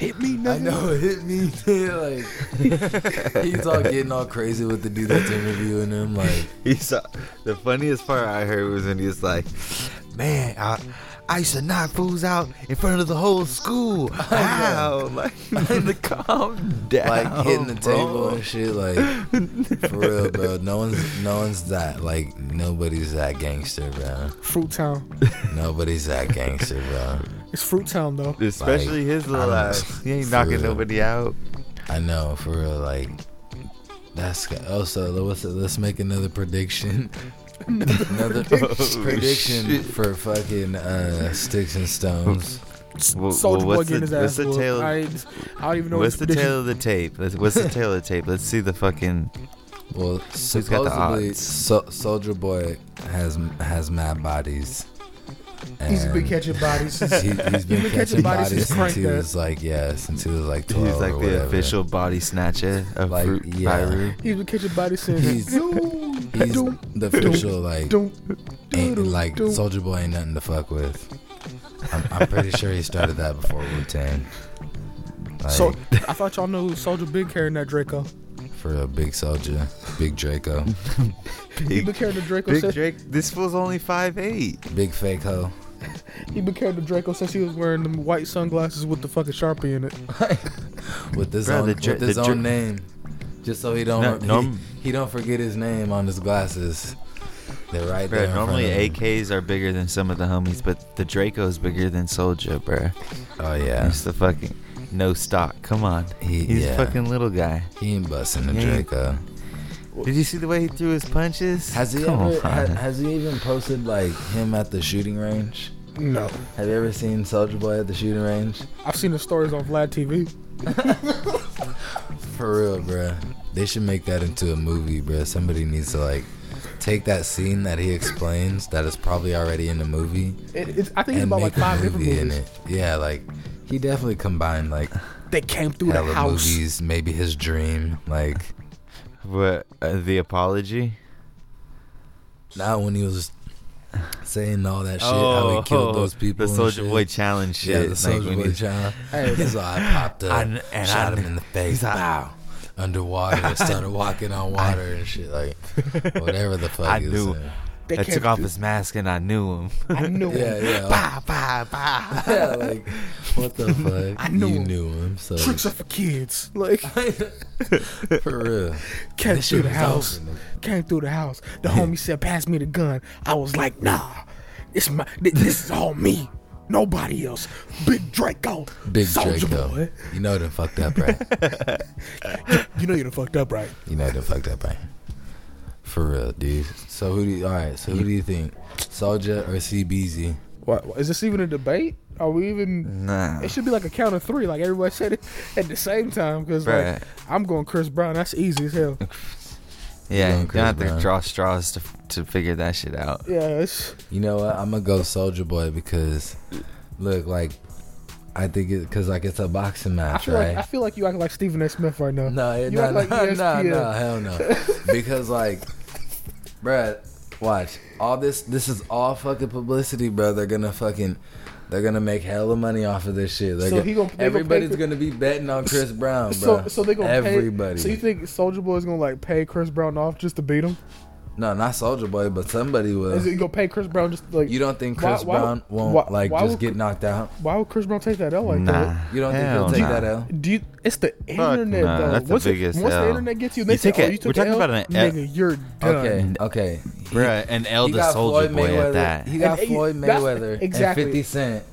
Speaker 9: Hit me,
Speaker 8: I
Speaker 9: nigga.
Speaker 8: know it hit me, like, he's all getting all crazy with the dude that's interviewing him, like,
Speaker 7: He saw the funniest part I heard was when he was like, "Man, I I used to knock fools out in front of the whole school. Wow. Like, calm down.
Speaker 8: like hitting the
Speaker 7: bro.
Speaker 8: table and shit. Like for real, bro. No one's no one's that like nobody's that gangster, bro.
Speaker 9: Fruit Town.
Speaker 8: Nobody's that gangster, bro.
Speaker 9: It's Fruit Town though.
Speaker 7: Especially his little
Speaker 8: I'm-
Speaker 7: ass. He ain't
Speaker 8: for
Speaker 7: knocking
Speaker 8: real.
Speaker 7: nobody out.
Speaker 8: I know for real. Like that's oh so what's it, let's make another prediction. another prediction
Speaker 7: Oh, Shit.
Speaker 8: for fucking uh, sticks and stones.
Speaker 7: Well,
Speaker 9: Soldier
Speaker 7: well,
Speaker 9: Boy
Speaker 7: what's
Speaker 9: getting
Speaker 7: the-
Speaker 9: his ass
Speaker 7: what's the
Speaker 9: whooped.
Speaker 7: tail?
Speaker 9: I, ain't- I don't even know
Speaker 7: What's
Speaker 9: what's
Speaker 7: the
Speaker 9: prediction.
Speaker 7: tail of the tape? Let's, what's the tail of the tape? Let's see the fucking.
Speaker 8: Well,
Speaker 7: got the
Speaker 8: supposedly
Speaker 7: odds?
Speaker 8: so- Soldier Boy has has mad bodies.
Speaker 9: He's been
Speaker 8: And-
Speaker 9: catching bodies.
Speaker 8: He- he's been, catching, bodies since,
Speaker 9: Crank
Speaker 8: he
Speaker 9: That.
Speaker 8: was like yeah, since he was like
Speaker 7: He's
Speaker 8: twelve.
Speaker 7: like
Speaker 8: or
Speaker 7: the
Speaker 8: whatever.
Speaker 7: official body snatcher of
Speaker 8: Like,
Speaker 7: Fruit
Speaker 8: yeah.
Speaker 7: Pyru.
Speaker 9: He's been catching bodies since.
Speaker 8: He's-
Speaker 9: Zoom,
Speaker 8: He's
Speaker 9: doom,
Speaker 8: the official like
Speaker 9: doom,
Speaker 8: ain't,
Speaker 9: doodle,
Speaker 8: like
Speaker 9: doom.
Speaker 8: Soldier Boy ain't nothing to fuck with. I'm, I'm pretty sure he started that before Wu Tang. Like
Speaker 9: So I thought y'all know Soldier been carrying that Draco.
Speaker 8: for a big soldier, big Draco,
Speaker 9: He been carrying the Draco.
Speaker 7: Big
Speaker 9: since,
Speaker 7: Drake, this fool's only 5'8.
Speaker 8: big fake hoe.
Speaker 9: He been carrying the Draco since he was wearing them white sunglasses with the fucking sharpie in it.
Speaker 8: with his
Speaker 7: Bruh,
Speaker 8: own
Speaker 7: the dr-
Speaker 8: with his
Speaker 7: the dr-
Speaker 8: own name, just so he don't
Speaker 7: No,
Speaker 8: he,
Speaker 7: norm-
Speaker 8: he don't forget his name on his glasses. They're right
Speaker 7: Bro,
Speaker 8: there. in front
Speaker 7: normally
Speaker 8: of him.
Speaker 7: AKs are bigger than some of the homies, but the Draco's bigger than Soldier, bro.
Speaker 8: Oh yeah,
Speaker 7: That's the fucking no stock. Come on.
Speaker 8: He-
Speaker 7: He's
Speaker 8: yeah.
Speaker 7: a fucking little guy.
Speaker 8: he ain't busting the
Speaker 7: Yeah.
Speaker 8: Draco.
Speaker 7: Did you see the way he threw his punches?
Speaker 8: Has he
Speaker 7: Come
Speaker 8: ever?
Speaker 7: on.
Speaker 8: ha- has he even posted like him at the shooting range?
Speaker 9: No,
Speaker 8: Have you ever seen Soldier Boy at the shooting range?
Speaker 9: I've seen the stories on Vlad TV.
Speaker 8: For real, bruh. They should make that into a movie, bruh. Somebody needs to like take that scene that he explains that is probably already in the movie
Speaker 9: It, it's, I think
Speaker 8: and
Speaker 9: it's about
Speaker 8: make
Speaker 9: like five
Speaker 8: a
Speaker 9: different
Speaker 8: movie
Speaker 9: movies.
Speaker 8: in it. Yeah, like he definitely combined like
Speaker 9: They came through the
Speaker 8: hella
Speaker 9: house.
Speaker 8: movies, maybe his dream. Like
Speaker 7: What, uh, the apology?
Speaker 8: not when he was saying all that shit, how he
Speaker 7: oh,
Speaker 8: killed those people.
Speaker 7: The
Speaker 8: and
Speaker 7: Soldier
Speaker 8: shit.
Speaker 7: Boy challenge shit.
Speaker 8: Yeah, the
Speaker 7: like
Speaker 8: Soldier
Speaker 7: when
Speaker 8: Boy
Speaker 7: he-
Speaker 8: child.
Speaker 9: Hey.
Speaker 8: His eye popped up,
Speaker 7: I kn- and
Speaker 8: shot
Speaker 7: I
Speaker 8: him in the face,
Speaker 7: he's like-
Speaker 8: bow, underwater, started walking on water and shit, like whatever the fuck.
Speaker 7: I
Speaker 8: is
Speaker 7: knew.
Speaker 8: that.
Speaker 9: They
Speaker 7: I
Speaker 9: came
Speaker 7: took off
Speaker 9: through-
Speaker 7: his mask and I knew him.
Speaker 9: I knew
Speaker 8: Yeah,
Speaker 9: it.
Speaker 8: yeah. like-
Speaker 7: bah, bah, bah.
Speaker 8: yeah, like what the fuck?
Speaker 9: I knew
Speaker 8: you
Speaker 9: him.
Speaker 8: knew him. So
Speaker 9: Tricks are for kids. Like
Speaker 8: for real,
Speaker 9: came
Speaker 8: This
Speaker 9: through
Speaker 8: shit
Speaker 9: the
Speaker 8: was
Speaker 9: house.
Speaker 8: over,
Speaker 9: Came through the house. The homie said, "Pass me the gun." I was like, "Nah, it's my. thi- This is all me. Nobody else. Big Draco.
Speaker 8: big
Speaker 9: Soulja
Speaker 8: Draco.
Speaker 9: Boy.
Speaker 8: You know them fucked up, right?
Speaker 9: You know you done fucked up, right?
Speaker 8: You know them fucked up, right? For real, dude. So who do you? All right. So who do you think, Soldier or CBZ?
Speaker 9: What what- is this even a debate? Are we
Speaker 8: Mm.
Speaker 9: even?
Speaker 7: Nah.
Speaker 9: It should be like a count of three, like everybody said it at the same time. Because like
Speaker 7: Bruh.
Speaker 9: I'm going Chris Brown. That's easy as hell.
Speaker 7: Yeah,
Speaker 8: Young
Speaker 7: you don't have
Speaker 8: Chris Brown.
Speaker 7: to draw straws to, to figure that shit out.
Speaker 9: Yeah, it's
Speaker 8: You know what? I'm gonna go Soldier Boy because, look, like, I think it because like it's a boxing
Speaker 9: I
Speaker 8: match,
Speaker 9: feel
Speaker 8: right?
Speaker 9: like I feel like you acting like Stephen A. Smith right now.
Speaker 8: No,
Speaker 9: you
Speaker 8: it- no,
Speaker 9: act
Speaker 8: no,
Speaker 9: like E
Speaker 8: no,
Speaker 9: ESPN.
Speaker 8: no, hell no. Because like, bruh, watch all this. This is all fucking publicity, bro. They're gonna fucking, they're gonna make hella money off of this shit. They're
Speaker 9: So
Speaker 8: gonna,
Speaker 9: he gon- they gon' pay
Speaker 8: everybody's
Speaker 9: for-
Speaker 8: gonna be betting on Chris Brown, bro.
Speaker 9: So, so they gonna
Speaker 8: everybody.
Speaker 9: Pay, so you think Soldier Boy is gonna like pay Chris Brown off just to beat him?
Speaker 8: no, not Soldier Boy, but somebody will.
Speaker 9: Is it gonna pay Chris Brown just like?
Speaker 8: you don't think
Speaker 9: Why-
Speaker 8: Chris
Speaker 9: why would-
Speaker 8: Brown won't
Speaker 9: why-
Speaker 8: like
Speaker 9: why
Speaker 8: just
Speaker 9: would-
Speaker 8: get knocked out?
Speaker 9: Why would Chris Brown take that L like
Speaker 7: nah.
Speaker 9: that?
Speaker 8: You don't think he'll
Speaker 7: Hell
Speaker 8: take
Speaker 7: nah.
Speaker 8: that L?
Speaker 9: Do you, it's the internet
Speaker 7: nah,
Speaker 9: though.
Speaker 7: that's the
Speaker 9: once it-
Speaker 7: biggest
Speaker 9: once the
Speaker 7: L.
Speaker 9: internet gets you, and they
Speaker 7: You
Speaker 9: say,
Speaker 7: take
Speaker 9: "Oh,
Speaker 7: it-
Speaker 9: you took
Speaker 7: we're
Speaker 9: the
Speaker 7: talking
Speaker 9: L?
Speaker 7: about an L.
Speaker 9: nigga. You're done."
Speaker 8: Okay, okay. He-
Speaker 7: Bruh, an
Speaker 8: He
Speaker 7: elder
Speaker 8: got
Speaker 7: soldier
Speaker 8: Floyd
Speaker 7: boy
Speaker 8: Mayweather.
Speaker 7: at that.
Speaker 8: He got
Speaker 9: And- and-
Speaker 8: Floyd
Speaker 9: that's-
Speaker 8: Mayweather
Speaker 9: exactly.
Speaker 8: and 50 Cent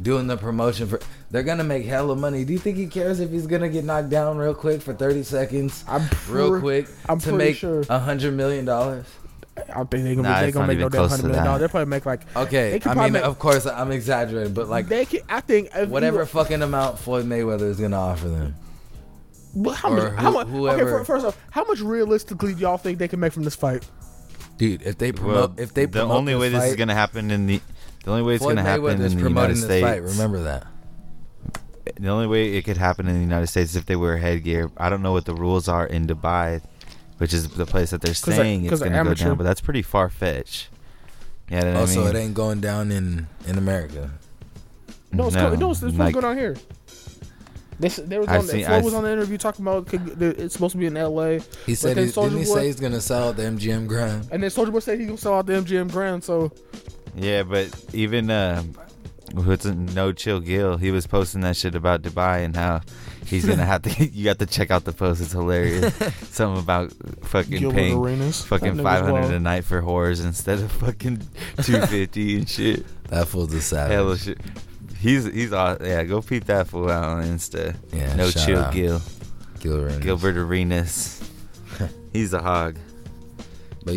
Speaker 8: doing the promotion for. They're gonna make hella money. Do you think he cares if he's gonna get knocked down real quick for 30 seconds?
Speaker 9: I'm
Speaker 8: real
Speaker 9: pre-
Speaker 8: quick
Speaker 9: I'm
Speaker 8: to
Speaker 9: pretty
Speaker 8: make
Speaker 9: sure.
Speaker 8: a hundred million dollars.
Speaker 9: I don't think they're gonna,
Speaker 7: Nah,
Speaker 9: they
Speaker 7: it's
Speaker 9: gonna
Speaker 7: not
Speaker 9: make no
Speaker 7: even
Speaker 9: damn
Speaker 7: close
Speaker 9: hundred
Speaker 7: to that.
Speaker 9: million dollars. They probably make like They
Speaker 8: Okay,
Speaker 9: could
Speaker 8: I
Speaker 9: probably
Speaker 8: mean,
Speaker 9: make-
Speaker 8: of course I'm exaggerating, but like
Speaker 9: they can. I think if
Speaker 8: whatever
Speaker 9: you-
Speaker 8: fucking amount Floyd Mayweather is gonna offer them.
Speaker 9: Well, how
Speaker 8: or
Speaker 9: much? how
Speaker 8: who-
Speaker 9: much? Okay,
Speaker 8: whoever-
Speaker 9: fir- first off, how much realistically do y'all think they can make from this fight?
Speaker 8: Dude, if they
Speaker 7: Well,
Speaker 8: promote, if they
Speaker 7: the
Speaker 8: promote
Speaker 7: only way this is
Speaker 8: fight,
Speaker 7: gonna happen in the the only way it's
Speaker 8: Floyd
Speaker 7: gonna happen
Speaker 8: Mayweather's
Speaker 7: in the United
Speaker 8: promoting this
Speaker 7: States.
Speaker 8: fight. Remember that.
Speaker 7: The only way it could happen in the United States is if they wear headgear. I don't know what the rules are in Dubai, which is the place that they're
Speaker 9: they're-
Speaker 7: saying
Speaker 9: 'cause
Speaker 7: it's
Speaker 9: they're
Speaker 7: gonna go
Speaker 9: amateur. Oh,
Speaker 7: down, but that's pretty far fetched. Yeah, you know what
Speaker 8: Also,
Speaker 7: I mean?
Speaker 8: it ain't going down in in America.
Speaker 9: No, it's
Speaker 7: No,
Speaker 9: cool. No, it's, it's
Speaker 7: like-
Speaker 9: what's going on here. This there was
Speaker 7: I've
Speaker 9: on the
Speaker 7: seen-
Speaker 9: Floyd
Speaker 7: I've-
Speaker 9: was on the interview talking about could- that it's supposed to be in L.A.
Speaker 8: He said,
Speaker 9: then
Speaker 8: he, didn't he
Speaker 9: Soulja Boy-
Speaker 8: say he's gonna sell out the MGM ground?
Speaker 9: and then Soldier Boy said he gonna sell out the MGM Grand. So
Speaker 7: Yeah, but even uh, Who's no chill Gill? He was posting that shit about Dubai and how he's gonna have to. You have to check out the post. It's hilarious. Something about fucking
Speaker 9: Gilbert
Speaker 7: paying
Speaker 9: Arenas. That
Speaker 7: fucking
Speaker 9: nigga's
Speaker 7: five hundred
Speaker 9: wild.
Speaker 7: a night for whores instead of fucking two fifty and shit.
Speaker 8: That fool's a savage.
Speaker 7: Hella shit. He's he's aw- yeah. Go peep that fool out on Insta.
Speaker 8: Yeah,
Speaker 7: no
Speaker 8: shout
Speaker 7: chill
Speaker 8: out.
Speaker 7: Gill.
Speaker 8: Gilbert.
Speaker 7: Gilbert Arenas. he's a hog.
Speaker 8: But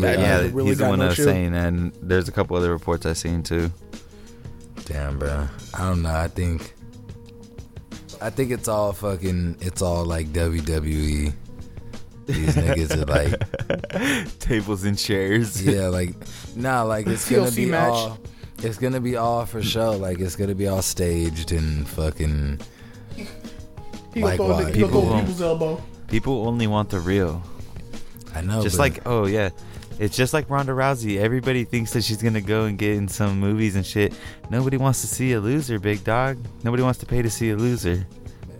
Speaker 7: But
Speaker 8: yeah,
Speaker 7: yeah,
Speaker 9: Really
Speaker 7: he's the
Speaker 9: got
Speaker 7: one
Speaker 9: no
Speaker 7: I was
Speaker 9: chill.
Speaker 7: saying, and there's a couple other reports I've seen too.
Speaker 8: Damn, bro. I don't know. I think. I think it's all fucking. It's all like WWE. These niggas are like,
Speaker 7: Tables and chairs.
Speaker 8: yeah, like, nah, like it's gonna
Speaker 9: TLC
Speaker 8: be
Speaker 9: match.
Speaker 8: all. It's gonna be all for show. Like it's gonna be all staged and fucking.
Speaker 9: He gonna throw a
Speaker 8: Likewise.
Speaker 9: nigga- he gonna throw
Speaker 7: People-
Speaker 9: a people's elbow.
Speaker 7: People only want the real.
Speaker 8: I know.
Speaker 7: just
Speaker 8: but-
Speaker 7: like oh yeah it's just like Ronda Rousey. Everybody thinks that she's gonna go and get in some movies and shit. Nobody wants to see a loser, big dog. Nobody wants to pay to see a loser.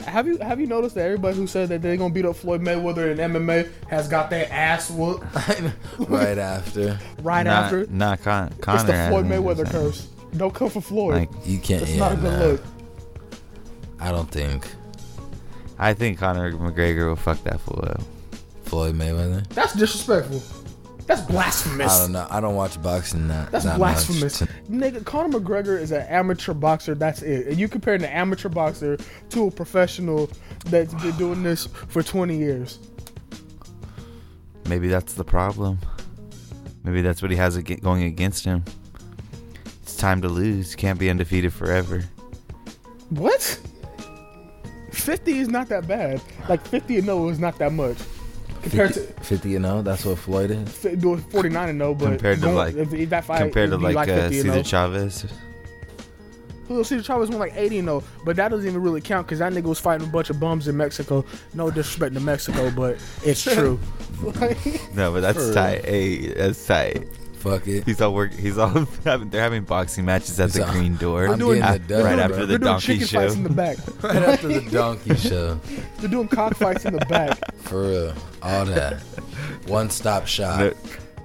Speaker 9: Have you have you noticed that everybody who said that they're gonna beat up Floyd Mayweather in MMA has got their ass whooped
Speaker 8: right after.
Speaker 9: right
Speaker 7: not,
Speaker 9: after?
Speaker 7: not Con- Connor.
Speaker 9: it's the
Speaker 7: I
Speaker 9: Floyd
Speaker 7: think, or
Speaker 9: Mayweather
Speaker 7: something.
Speaker 9: curse. Don't come for Floyd.
Speaker 7: Like
Speaker 8: You can't.
Speaker 9: That's
Speaker 8: yeah,
Speaker 9: not a good
Speaker 8: nah.
Speaker 9: look.
Speaker 8: I don't think
Speaker 7: I think Conor McGregor will fuck that fool up.
Speaker 8: Floyd Mayweather.
Speaker 9: That's disrespectful. That's
Speaker 8: I
Speaker 9: blasphemous.
Speaker 8: don't know. I don't watch boxing that.
Speaker 9: That's
Speaker 8: that much.
Speaker 9: blasphemous. Nigga, Conor McGregor is an amateur boxer. That's it. And you comparing an amateur boxer to a professional that's been doing this for 20 years.
Speaker 7: Maybe that's the problem. Maybe that's what he has ag- going against him. It's time to lose. You can't be undefeated forever.
Speaker 9: What? 50 is not that bad. Like 50 and 0 is not that much. Compared to
Speaker 8: 50, 50 and 0, that's what Floyd is.
Speaker 9: f- doing 49 and 0, but
Speaker 7: Compared to
Speaker 9: going-
Speaker 7: like-
Speaker 9: if, if that fight,
Speaker 7: Compared to
Speaker 9: it'd be
Speaker 7: like, uh,
Speaker 9: 50 and oh.
Speaker 7: Cesar
Speaker 9: 0.
Speaker 7: Chavez.
Speaker 9: Julio Cesar Chavez won like 80 and 0, but that doesn't even really count because that nigga was fighting a bunch of bums in Mexico. No disrespect to Mexico, but it's true. Like-
Speaker 7: No, but that's
Speaker 9: For real.
Speaker 7: tight. Hey, that's tight.
Speaker 8: Fuck it.
Speaker 7: He's all work. He's all having. They're having boxing matches at
Speaker 8: He's
Speaker 7: the
Speaker 8: all-
Speaker 7: green door.
Speaker 8: I'm doing
Speaker 7: Ah,
Speaker 8: the dub,
Speaker 7: right
Speaker 8: bro.
Speaker 7: after the
Speaker 9: They're doing
Speaker 7: donkey
Speaker 9: chicken
Speaker 7: show.
Speaker 9: fights in the back.
Speaker 8: Right after the donkey show.
Speaker 9: They're doing cock fights in the back.
Speaker 8: For real. All that. One stop shop.
Speaker 7: No,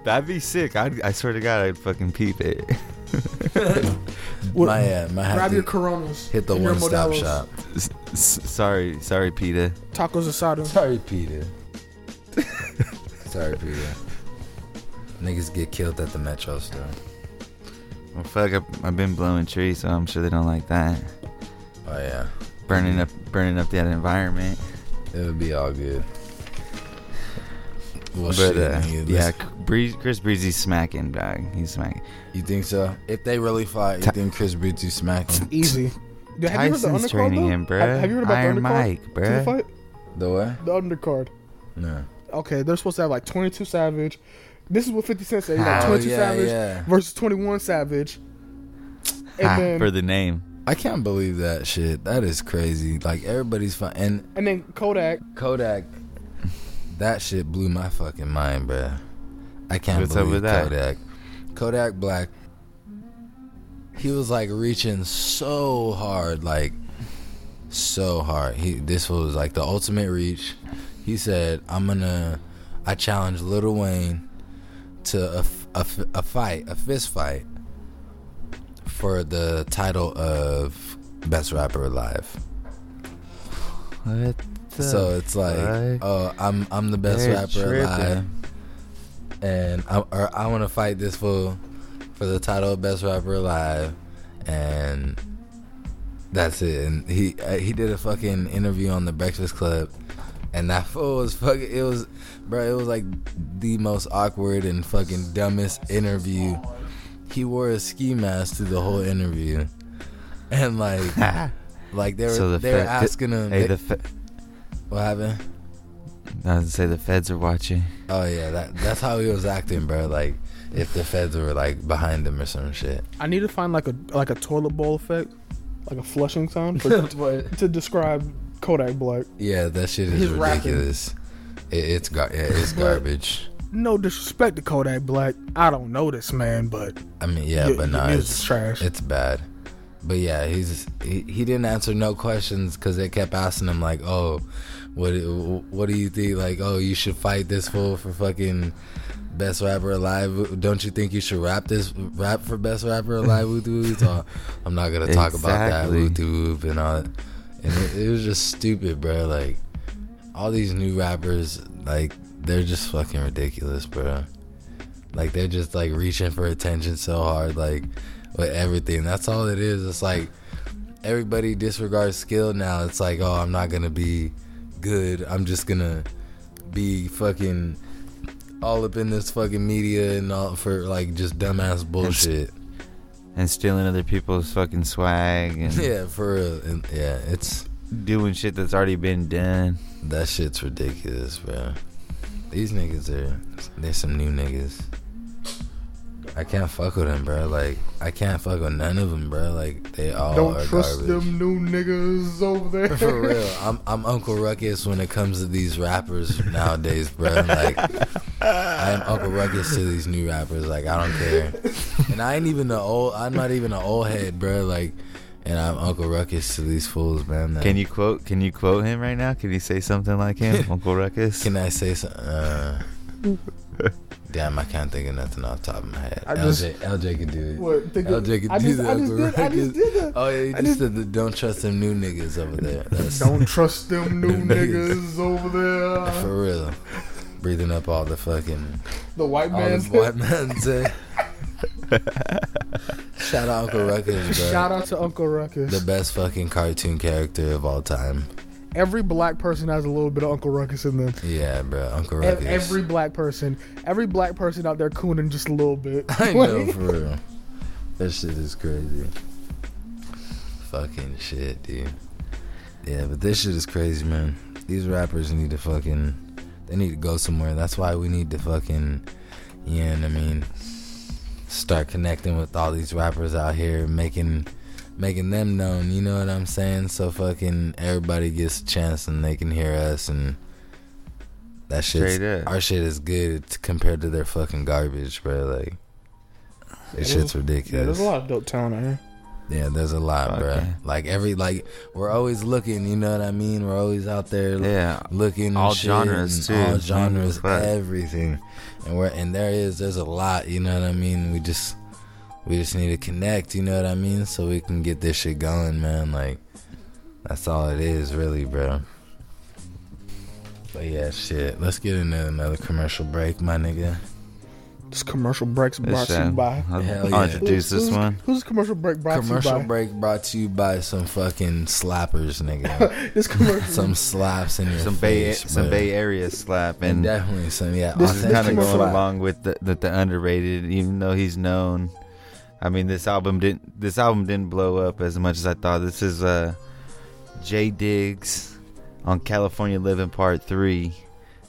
Speaker 7: that'd be sick. I'd, I swear to God, I'd fucking peep it.
Speaker 9: With-
Speaker 8: my uh, my have
Speaker 9: grab
Speaker 8: to
Speaker 9: your Coronas.
Speaker 8: hit the
Speaker 9: and your
Speaker 8: one stop
Speaker 9: Modelo's.
Speaker 8: shop.
Speaker 7: S- s- sorry, sorry, Peta.
Speaker 9: Tacos asada.
Speaker 8: Sorry, Peter. Sorry, Peter. Niggas get killed at the Metro store.
Speaker 7: Well, fuck. I've, I've been blowing trees, so I'm sure they don't like that.
Speaker 8: Oh yeah.
Speaker 7: Burning
Speaker 8: Mm-hmm.
Speaker 7: up, burning up that environment.
Speaker 8: It would be all good.
Speaker 7: But
Speaker 8: Well, Oh, shit,
Speaker 7: uh,
Speaker 8: nigga,
Speaker 7: yeah,
Speaker 8: let's-
Speaker 7: Breeze, Chris Breezy's smacking, dog. He's smacking.
Speaker 8: You think so? If they really fight, you
Speaker 7: Ty-
Speaker 8: think Chris Breed you smack him?
Speaker 9: Easy. Dude, have you
Speaker 7: Tyson's
Speaker 9: heard the undercard,
Speaker 7: training
Speaker 9: though?
Speaker 7: him, bruh.
Speaker 9: Have, have you heard about
Speaker 7: Iron
Speaker 9: the undercard?
Speaker 7: Mike,
Speaker 9: To the
Speaker 7: bruh.
Speaker 9: fight?
Speaker 8: The way?
Speaker 9: The undercard.
Speaker 8: No.
Speaker 9: Okay, they're supposed to have like 22 Savage. This is what 50 Cent said. He's like
Speaker 7: Oh,
Speaker 9: 22
Speaker 8: yeah,
Speaker 9: Savage
Speaker 8: yeah.
Speaker 9: versus 21 Savage. And
Speaker 7: Ah,
Speaker 9: then
Speaker 7: for the name,
Speaker 8: I can't believe that shit. That is crazy. Like everybody's fine. And
Speaker 9: and then Kodak.
Speaker 8: Kodak, that shit blew my fucking mind, bruh. I can't
Speaker 7: What's up
Speaker 8: believe
Speaker 7: with that?
Speaker 8: Kodak. Kodak Black. He was like reaching so hard, like so hard. He this was like the ultimate reach. He said, "I'm gonna, I challenge Lil Wayne to a, f- a f- a fight, a fist fight for the title of best rapper alive."
Speaker 7: what the
Speaker 8: So it's like,
Speaker 7: fuck?
Speaker 8: oh, I'm I'm the best
Speaker 7: They're
Speaker 8: rapper alive, and I or I want to fight this fool for the title of best rapper alive, and that's it. And he uh, he did a fucking interview on the Breakfast Club, and that fool was fucking. It was, bro. It was like the most awkward and fucking dumbest interview. He wore a ski mask through the whole interview, and like. Like they were,
Speaker 7: So the
Speaker 8: they were
Speaker 7: fe-
Speaker 8: asking him.
Speaker 7: Ah, Hey,
Speaker 8: they-
Speaker 7: the fe-
Speaker 8: what happened?
Speaker 7: I was gonna say the feds are watching.
Speaker 8: Oh yeah, that that's how he was acting, bro. Like if the feds were like behind him or some shit.
Speaker 9: I need to find like a like a toilet bowl effect, like a flushing sound for, to describe Kodak Black.
Speaker 8: Yeah, that shit is
Speaker 9: His rapping.
Speaker 8: ridiculous. It, it's gar- yeah, it's garbage.
Speaker 9: No disrespect to Kodak Black. I don't know this man, but
Speaker 8: I mean, yeah,
Speaker 9: Your-
Speaker 8: but
Speaker 9: your
Speaker 8: no,
Speaker 9: music's
Speaker 8: it's
Speaker 9: trash.
Speaker 8: It's bad. But yeah, he's he, he didn't answer no questions because they kept asking him like, oh, what what do you think? Like, oh, you should fight this fool for fucking best rapper alive. Don't you think you should rap this rap for best rapper alive? Woo doo woo. So I'm not gonna talk about that
Speaker 7: Exactly.
Speaker 8: woo doo whoop and all. that. And it, it was just stupid, bro. Like all these new rappers, like they're just fucking ridiculous, bro. Like they're just like reaching for attention so hard, like with everything. That's all it is. It's like everybody disregards skill now. It's like, oh, I'm not gonna be good. I'm just gonna be fucking all up in this fucking media and all for like just dumbass bullshit.
Speaker 7: and stealing other people's fucking swag and
Speaker 8: yeah, for real. And, yeah, it's
Speaker 7: doing shit that's already been done.
Speaker 8: that shit's ridiculous, bro. These niggas are they're some new niggas. I can't fuck with them, bro. Like I can't fuck with none of them, bro. Like they all
Speaker 9: Don't
Speaker 8: are
Speaker 9: trust
Speaker 8: garbage.
Speaker 9: them new niggas over there.
Speaker 8: For real, I'm I'm Uncle Ruckus when it comes to these rappers nowadays, bro. Like I am Uncle Ruckus to these new rappers. Like I don't care, and I ain't even the old. I'm not even an old head, bro. Like, and I'm Uncle Ruckus to these fools, man. Like,
Speaker 7: Can you quote? Can you quote him right now? Can you say something like him, Uncle Ruckus?
Speaker 8: Can I say something? Uh, damn, I can't think of nothing off the top of my head.
Speaker 9: I
Speaker 8: LJ, LJ can do it.
Speaker 9: What, think of-
Speaker 8: LJ can
Speaker 9: I
Speaker 8: do the
Speaker 9: just- I just
Speaker 8: Uncle
Speaker 9: did- I just
Speaker 8: Ruckus.
Speaker 9: did that.
Speaker 8: Oh yeah, you
Speaker 9: I
Speaker 8: just
Speaker 9: just-
Speaker 8: said the don't trust them new niggas over there. That's
Speaker 9: Don't trust them new niggas over there.
Speaker 8: for real. Breathing up all the fucking
Speaker 9: The white
Speaker 8: all
Speaker 9: man.
Speaker 8: the white man say. Shout out Uncle Ruckus, bro.
Speaker 9: Shout out to Uncle Ruckus.
Speaker 8: the best fucking cartoon character of all time.
Speaker 9: every black person has a little bit of Uncle Ruckus in them.
Speaker 8: Yeah, bro. Uncle
Speaker 9: Ev-
Speaker 8: Ruckus.
Speaker 9: Every black person, every black person out there cooning just a little bit.
Speaker 8: I know for real. That shit is crazy. Fucking shit, dude. Yeah, but this shit is crazy, man. These rappers need to fucking they need to go somewhere. That's why we need to fucking you know what I mean start connecting with all these rappers out here, making making them known, you know what I'm saying? So fucking everybody gets a chance and they can hear us and that shit
Speaker 7: Straight up.
Speaker 8: our shit is good t- compared to their fucking garbage, bro. Like this shit's
Speaker 9: yeah,
Speaker 8: ridiculous.
Speaker 9: there's a lot of dope talent out here.
Speaker 8: Yeah, there's a lot, bro.
Speaker 7: Okay.
Speaker 8: Like every like we're always looking, you know what I mean? We're always out there
Speaker 7: Yeah.
Speaker 8: looking and
Speaker 7: All
Speaker 8: shit
Speaker 7: genres,
Speaker 8: and
Speaker 7: too.
Speaker 8: All genres,
Speaker 7: Fuck.
Speaker 8: everything. And we're and there is there's a lot, you know what I mean? We just we just need to connect, you know what I mean? So we can get this shit going, man. Like that's all it is really, bro. But yeah, shit. Let's get into another commercial break, my nigga.
Speaker 9: This commercial breaks brought to you
Speaker 7: Shit.
Speaker 9: by.
Speaker 7: I'll,
Speaker 8: Hell
Speaker 7: I'll
Speaker 8: yeah.
Speaker 7: introduce this
Speaker 9: who's,
Speaker 7: one.
Speaker 9: Who's commercial break brought
Speaker 8: commercial
Speaker 9: to you by?
Speaker 8: break brought to you by some fucking slappers, nigga.
Speaker 9: This commercial.
Speaker 8: some slaps in your
Speaker 7: Some Bay
Speaker 8: face,
Speaker 7: some
Speaker 8: bro.
Speaker 7: Bay Area slap
Speaker 8: and
Speaker 7: and
Speaker 8: definitely some yeah.
Speaker 9: This-
Speaker 7: It's
Speaker 9: this
Speaker 7: kind of
Speaker 9: commercial-
Speaker 7: going along with the, the, the underrated, even though he's known. I mean, this album didn't this album didn't blow up as much as I thought. This is uh, J Diggs on California Living Part Three,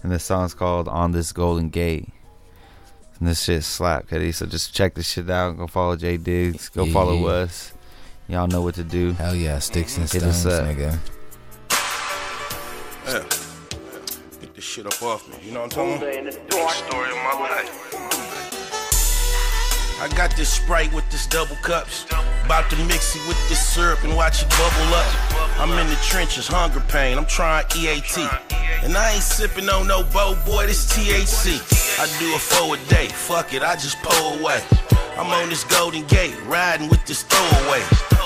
Speaker 7: and the song's called "On This Golden Gate." And this shit slap, Cuddy. So just check this shit out. Go follow J Diggs. Go
Speaker 8: Yeah,
Speaker 7: follow
Speaker 8: yeah.
Speaker 7: us. Y'all know what to do.
Speaker 8: Hell yeah, sticks and
Speaker 7: Hit us
Speaker 8: stones,
Speaker 7: up.
Speaker 8: nigga.
Speaker 2: Get this shit up off me. You know what I'm talking about? Story of my life. I got this Sprite with this double cups. About to mix it with this syrup and watch it bubble up. I'm in the trenches, hunger pain. I'm trying EAT. And I ain't sipping on no bow, boy, this THC. I do a four a day. Fuck it, I just pull away. I'm on this Golden Gate, riding with this throwaway.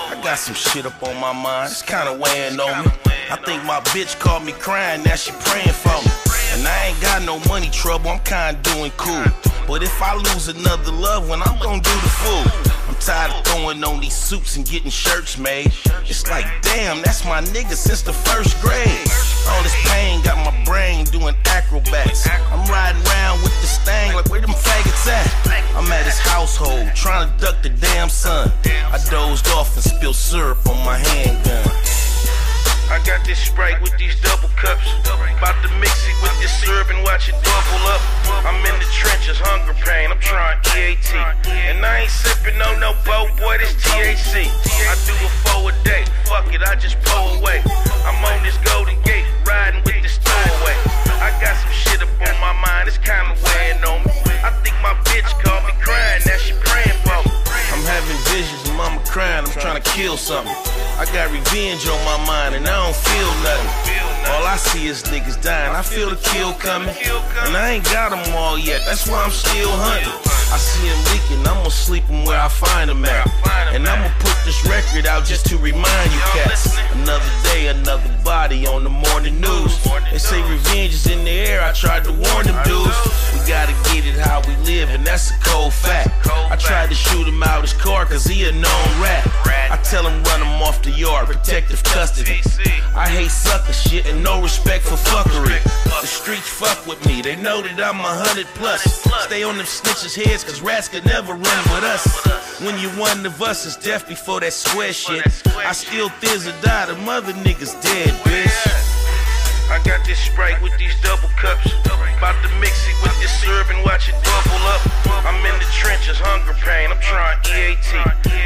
Speaker 2: I got some shit up on my mind. It's kinda weighing on me. I think my bitch called me crying, now she praying for me. And I ain't got no money trouble, I'm kinda doing cool. But if I lose another loved one, I'm gonna do the fool. I'm tired of throwing on these suits and getting shirts made. It's like, damn, that's my nigga since the first grade. All this pain got my brain doing acrobats. I'm riding around with this thing like, where them faggots at? I'm at his household trying to duck the damn sun. I dozed off and spilled syrup on my handgun. I got this Sprite with these double cups. About to mix it with this syrup and watch it bubble up. I'm in the trenches, hunger pain. I'm trying EAT. And I ain't sipping on no bow, boy, this THC. I do a four a day. Fuck it, I just pull away. I'm on this Golden Gate, riding with this throwaway. I got some shit up on my mind, it's kinda weighing on me. I think my bitch called me crying, now she praying for me. I'm having visions, mama crying, I'm trying to kill something. I got revenge on my mind and I don't feel nothing. All I see is niggas dying. I feel the kill coming. And I ain't got 'em all yet. That's why I'm still hunting. I see 'em leaking. I'ma sleep 'em where I find 'em at. And I'ma put this record out just to remind you cats. Another day, another body on the morning news. They say revenge is in the air. I tried to warn them dudes. We gotta get it how we live, and that's a cold fact. I tried to shoot him out his car, cause he a known rat. I tell him run him off the yard, protective custody. I hate sucker shit and no respect for fuckery. The streets fuck with me, they know that I'm a hundred plus. Stay on them snitches' heads, cause rats could never run with us. When you one of us, it's death before that swear shit. I still thiz or die, the mother niggas dead, bitch. I got this Sprite with these double cups. About to mix it with this syrup and watch it bubble up. I'm in the trenches, hunger pain. I'm trying EAT.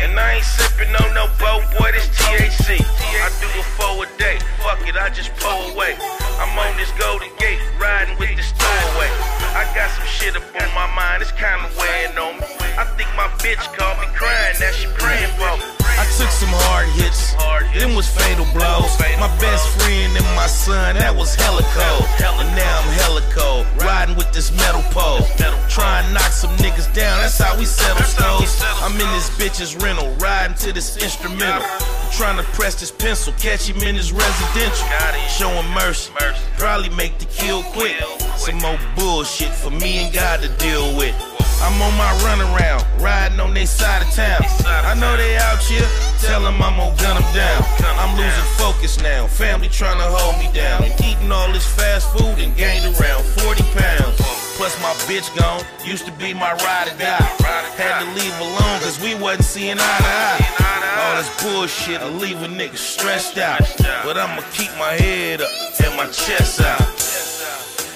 Speaker 2: And I ain't sipping on no boat, boy, this THC. I do a four a day. Fuck it, I just pull away. I'm on this Golden Gate, riding with this throwaway. I got some shit up on my mind, it's kinda weighing on me. I think my bitch called me crying, now she praying for me. I took some hard hits, them was fatal blows. My best friend and my son, that was hella cold. And now I'm hella cold, riding with this metal pole. Try and knock some niggas down, that's how we settle scores. I'm in this bitch's rental, riding to this instrumental. Trying to press this pencil, catch him in his residential. Showing mercy, probably make the kill quick. Some more bullshit for me and God to deal with. I'm on my runaround, riding on they side of town. I know they out here, tell them I'm gonna gun them down. I'm losing focus now, family trying to hold me down. And eating all this fast food and gained around 40 pounds. Plus my bitch gone, used to be my ride or die. Had to leave alone cause we wasn't seeing eye to eye. All this bullshit, I leave a nigga stressed out. But I'ma keep my head up and my chest out.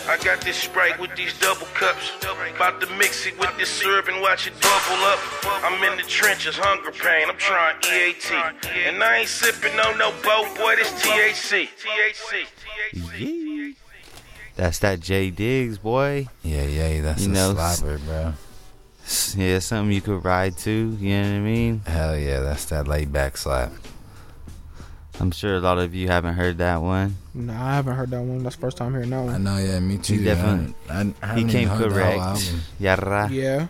Speaker 2: I got this Sprite with these double cups. About to mix it with this syrup and watch it bubble up. I'm in the trenches, hunger pain. I'm trying EAT. And I ain't sipping on no boat, boy. This THC. THC.
Speaker 7: Yee. That's that J Diggs, boy.
Speaker 8: Yeah, yeah, that's
Speaker 7: You
Speaker 8: a
Speaker 7: know,
Speaker 8: slobber, bro.
Speaker 7: Yeah, something you could ride to. You know what I mean?
Speaker 8: Hell yeah, that's that laid back slap.
Speaker 7: I'm sure a lot of you haven't heard that one.
Speaker 9: Nah, I haven't heard that one. That's the first time hearing that
Speaker 8: I
Speaker 9: one.
Speaker 8: know, yeah, me too.
Speaker 7: He definitely-
Speaker 8: I haven't- I
Speaker 7: He
Speaker 8: haven't
Speaker 7: came
Speaker 8: even heard the whole
Speaker 7: correct.
Speaker 8: album.
Speaker 7: Yarra.
Speaker 9: Yeah.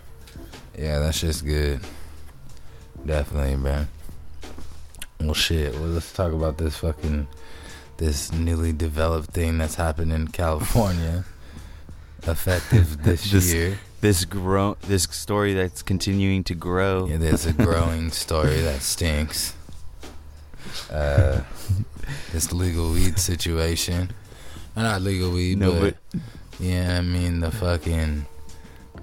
Speaker 8: Yeah, that shit's good. Definitely, man. Well, shit. Well, let's talk about this fucking this newly developed thing that's happened in California, effective this,
Speaker 7: This-
Speaker 8: year.
Speaker 7: This grow, this story that's continuing to grow.
Speaker 8: It is a growing story that stinks. Uh, this legal weed situation. Uh, Not legal weed,
Speaker 7: No,
Speaker 8: but, yeah, I mean the fucking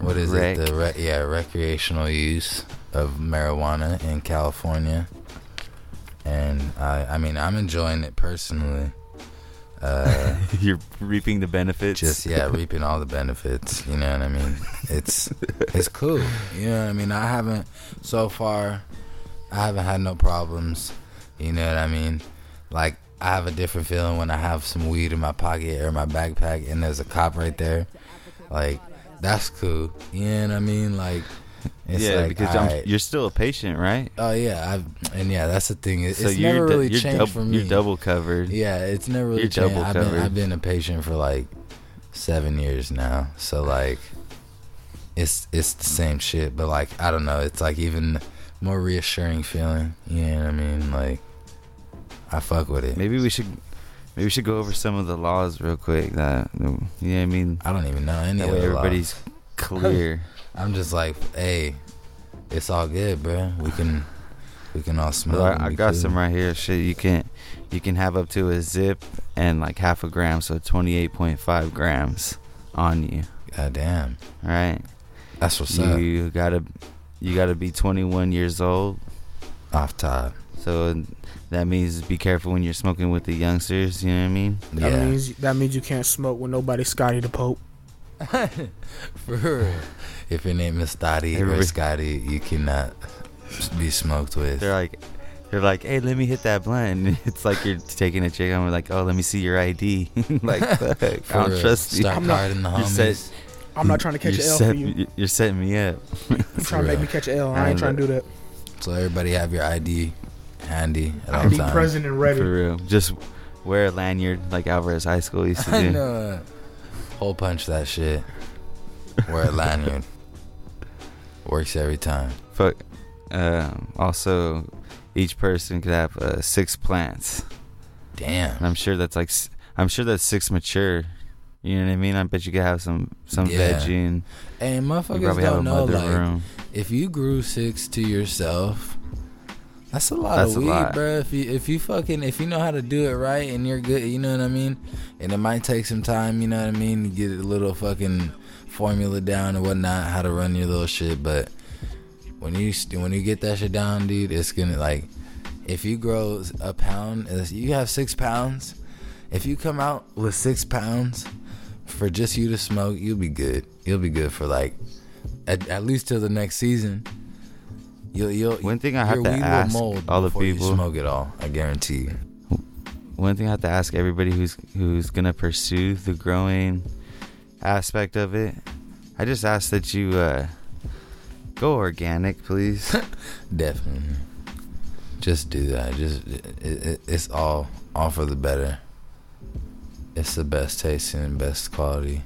Speaker 8: what is
Speaker 7: Rec.
Speaker 8: it? The re- yeah, recreational use of marijuana in California. And I, I mean, I'm enjoying it personally. Uh,
Speaker 7: You're reaping the benefits.
Speaker 8: just yeah reaping all the benefits you know what i mean it's it's cool you know what i mean i haven't so far i haven't had no problems you know what i mean like i have a different feeling when i have some weed in my pocket or my backpack and there's a cop right there like that's cool you know what i mean like it's
Speaker 7: yeah,
Speaker 8: like,
Speaker 7: because
Speaker 8: all
Speaker 7: I'm,
Speaker 8: right.
Speaker 7: you're still a patient, right?
Speaker 8: oh yeah i've and yeah that's the thing it- it's
Speaker 7: you're
Speaker 8: never
Speaker 7: du-
Speaker 8: really
Speaker 7: you're
Speaker 8: changed
Speaker 7: dub-
Speaker 8: for me
Speaker 7: You're double covered.
Speaker 8: yeah, it's never really
Speaker 7: You're
Speaker 8: changed.
Speaker 7: double
Speaker 8: I've been,
Speaker 7: covered.
Speaker 8: I've been a patient for like seven years now, so like, it's it's the same shit, but like I don't know, it's like even more reassuring feeling. You know what I mean? Like, I fuck with it.
Speaker 7: Maybe we should, maybe we should go over some of the laws real quick. That you know what I mean.
Speaker 8: I don't even know any
Speaker 7: That
Speaker 8: of
Speaker 7: way
Speaker 8: the law.
Speaker 7: everybody's clear.
Speaker 8: I'm just like, hey, it's all good, bro. We can we can all smoke.
Speaker 7: Well,
Speaker 8: and
Speaker 7: I, I
Speaker 8: be
Speaker 7: got
Speaker 8: cool.
Speaker 7: some right here. Shit, you can you can have up to a zip and like half a gram, so twenty eight point five grams on you.
Speaker 8: God damn,
Speaker 7: All right,
Speaker 8: that's what's up.
Speaker 7: you gotta you gotta be twenty one years old.
Speaker 8: Off top,
Speaker 7: So that means be careful when you're smoking with the youngsters. You know what I mean?
Speaker 9: That
Speaker 8: yeah,
Speaker 9: means that means you can't smoke with nobody Scotty the Pope.
Speaker 8: for real. If your name is Dottie or
Speaker 7: Everybody-
Speaker 8: Scotty, you cannot be smoked with.
Speaker 7: They're like. They're like, hey, let me hit that blunt. And it's like you're taking a chick. I'm like, oh, let me see your ID. like, fuck, I
Speaker 8: For
Speaker 7: don't
Speaker 8: real.
Speaker 7: trust you.
Speaker 8: Start
Speaker 9: I'm not-
Speaker 8: carding the
Speaker 7: You
Speaker 8: homies.
Speaker 7: said-
Speaker 9: I'm not trying to catch
Speaker 7: you're
Speaker 9: an L for
Speaker 7: set-
Speaker 9: you.
Speaker 7: You're setting me up.
Speaker 9: You're trying to
Speaker 8: For
Speaker 9: make me
Speaker 8: real.
Speaker 9: catch an L. I ain't
Speaker 7: I
Speaker 9: trying to do that.
Speaker 8: so everybody have your ID handy at all
Speaker 9: I'd be
Speaker 8: times.
Speaker 9: present and ready.
Speaker 7: For real. Just wear a lanyard like Alvarez High School used to
Speaker 8: I
Speaker 7: do.
Speaker 8: know that. uh, Hole punch that shit. Wear a lanyard. Works every time.
Speaker 7: Fuck. Um, also, each person could have uh, six plants, and
Speaker 8: Damn.
Speaker 7: I'm sure that's like s- I'm sure that's six mature. You know what I mean? I bet you could have some some
Speaker 8: Yeah.
Speaker 7: veggie, and
Speaker 8: Hey,
Speaker 7: you
Speaker 8: motherfuckers
Speaker 7: probably have a
Speaker 8: don't know
Speaker 7: mother
Speaker 8: like
Speaker 7: room.
Speaker 8: if you grew six to yourself, that's a lot
Speaker 7: That's
Speaker 8: of
Speaker 7: a
Speaker 8: weed,
Speaker 7: lot.
Speaker 8: bro. If you if you fucking if you know how to do it right and you're good, you know what I mean. And it might take some time, you know what I mean, to get a little fucking formula down and whatnot, how to run your little shit. But when you st- when you get that shit down, dude, it's gonna like if you grow a pound, if you have six pounds. If you come out with six pounds for just you to smoke, you'll be good. You'll be good for like at, at least till the next season. You'll, you'll,
Speaker 7: One thing I have
Speaker 8: your
Speaker 7: to
Speaker 8: weed will
Speaker 7: ask all the
Speaker 8: before you
Speaker 7: people-
Speaker 8: smoke it all. I guarantee you.
Speaker 7: One thing I have to ask everybody who's who's gonna pursue the growing aspect of it, I just ask that you uh, go organic, please.
Speaker 8: Definitely. Just do that. Just it, it, it's all all for the better. It's the best tasting and best quality.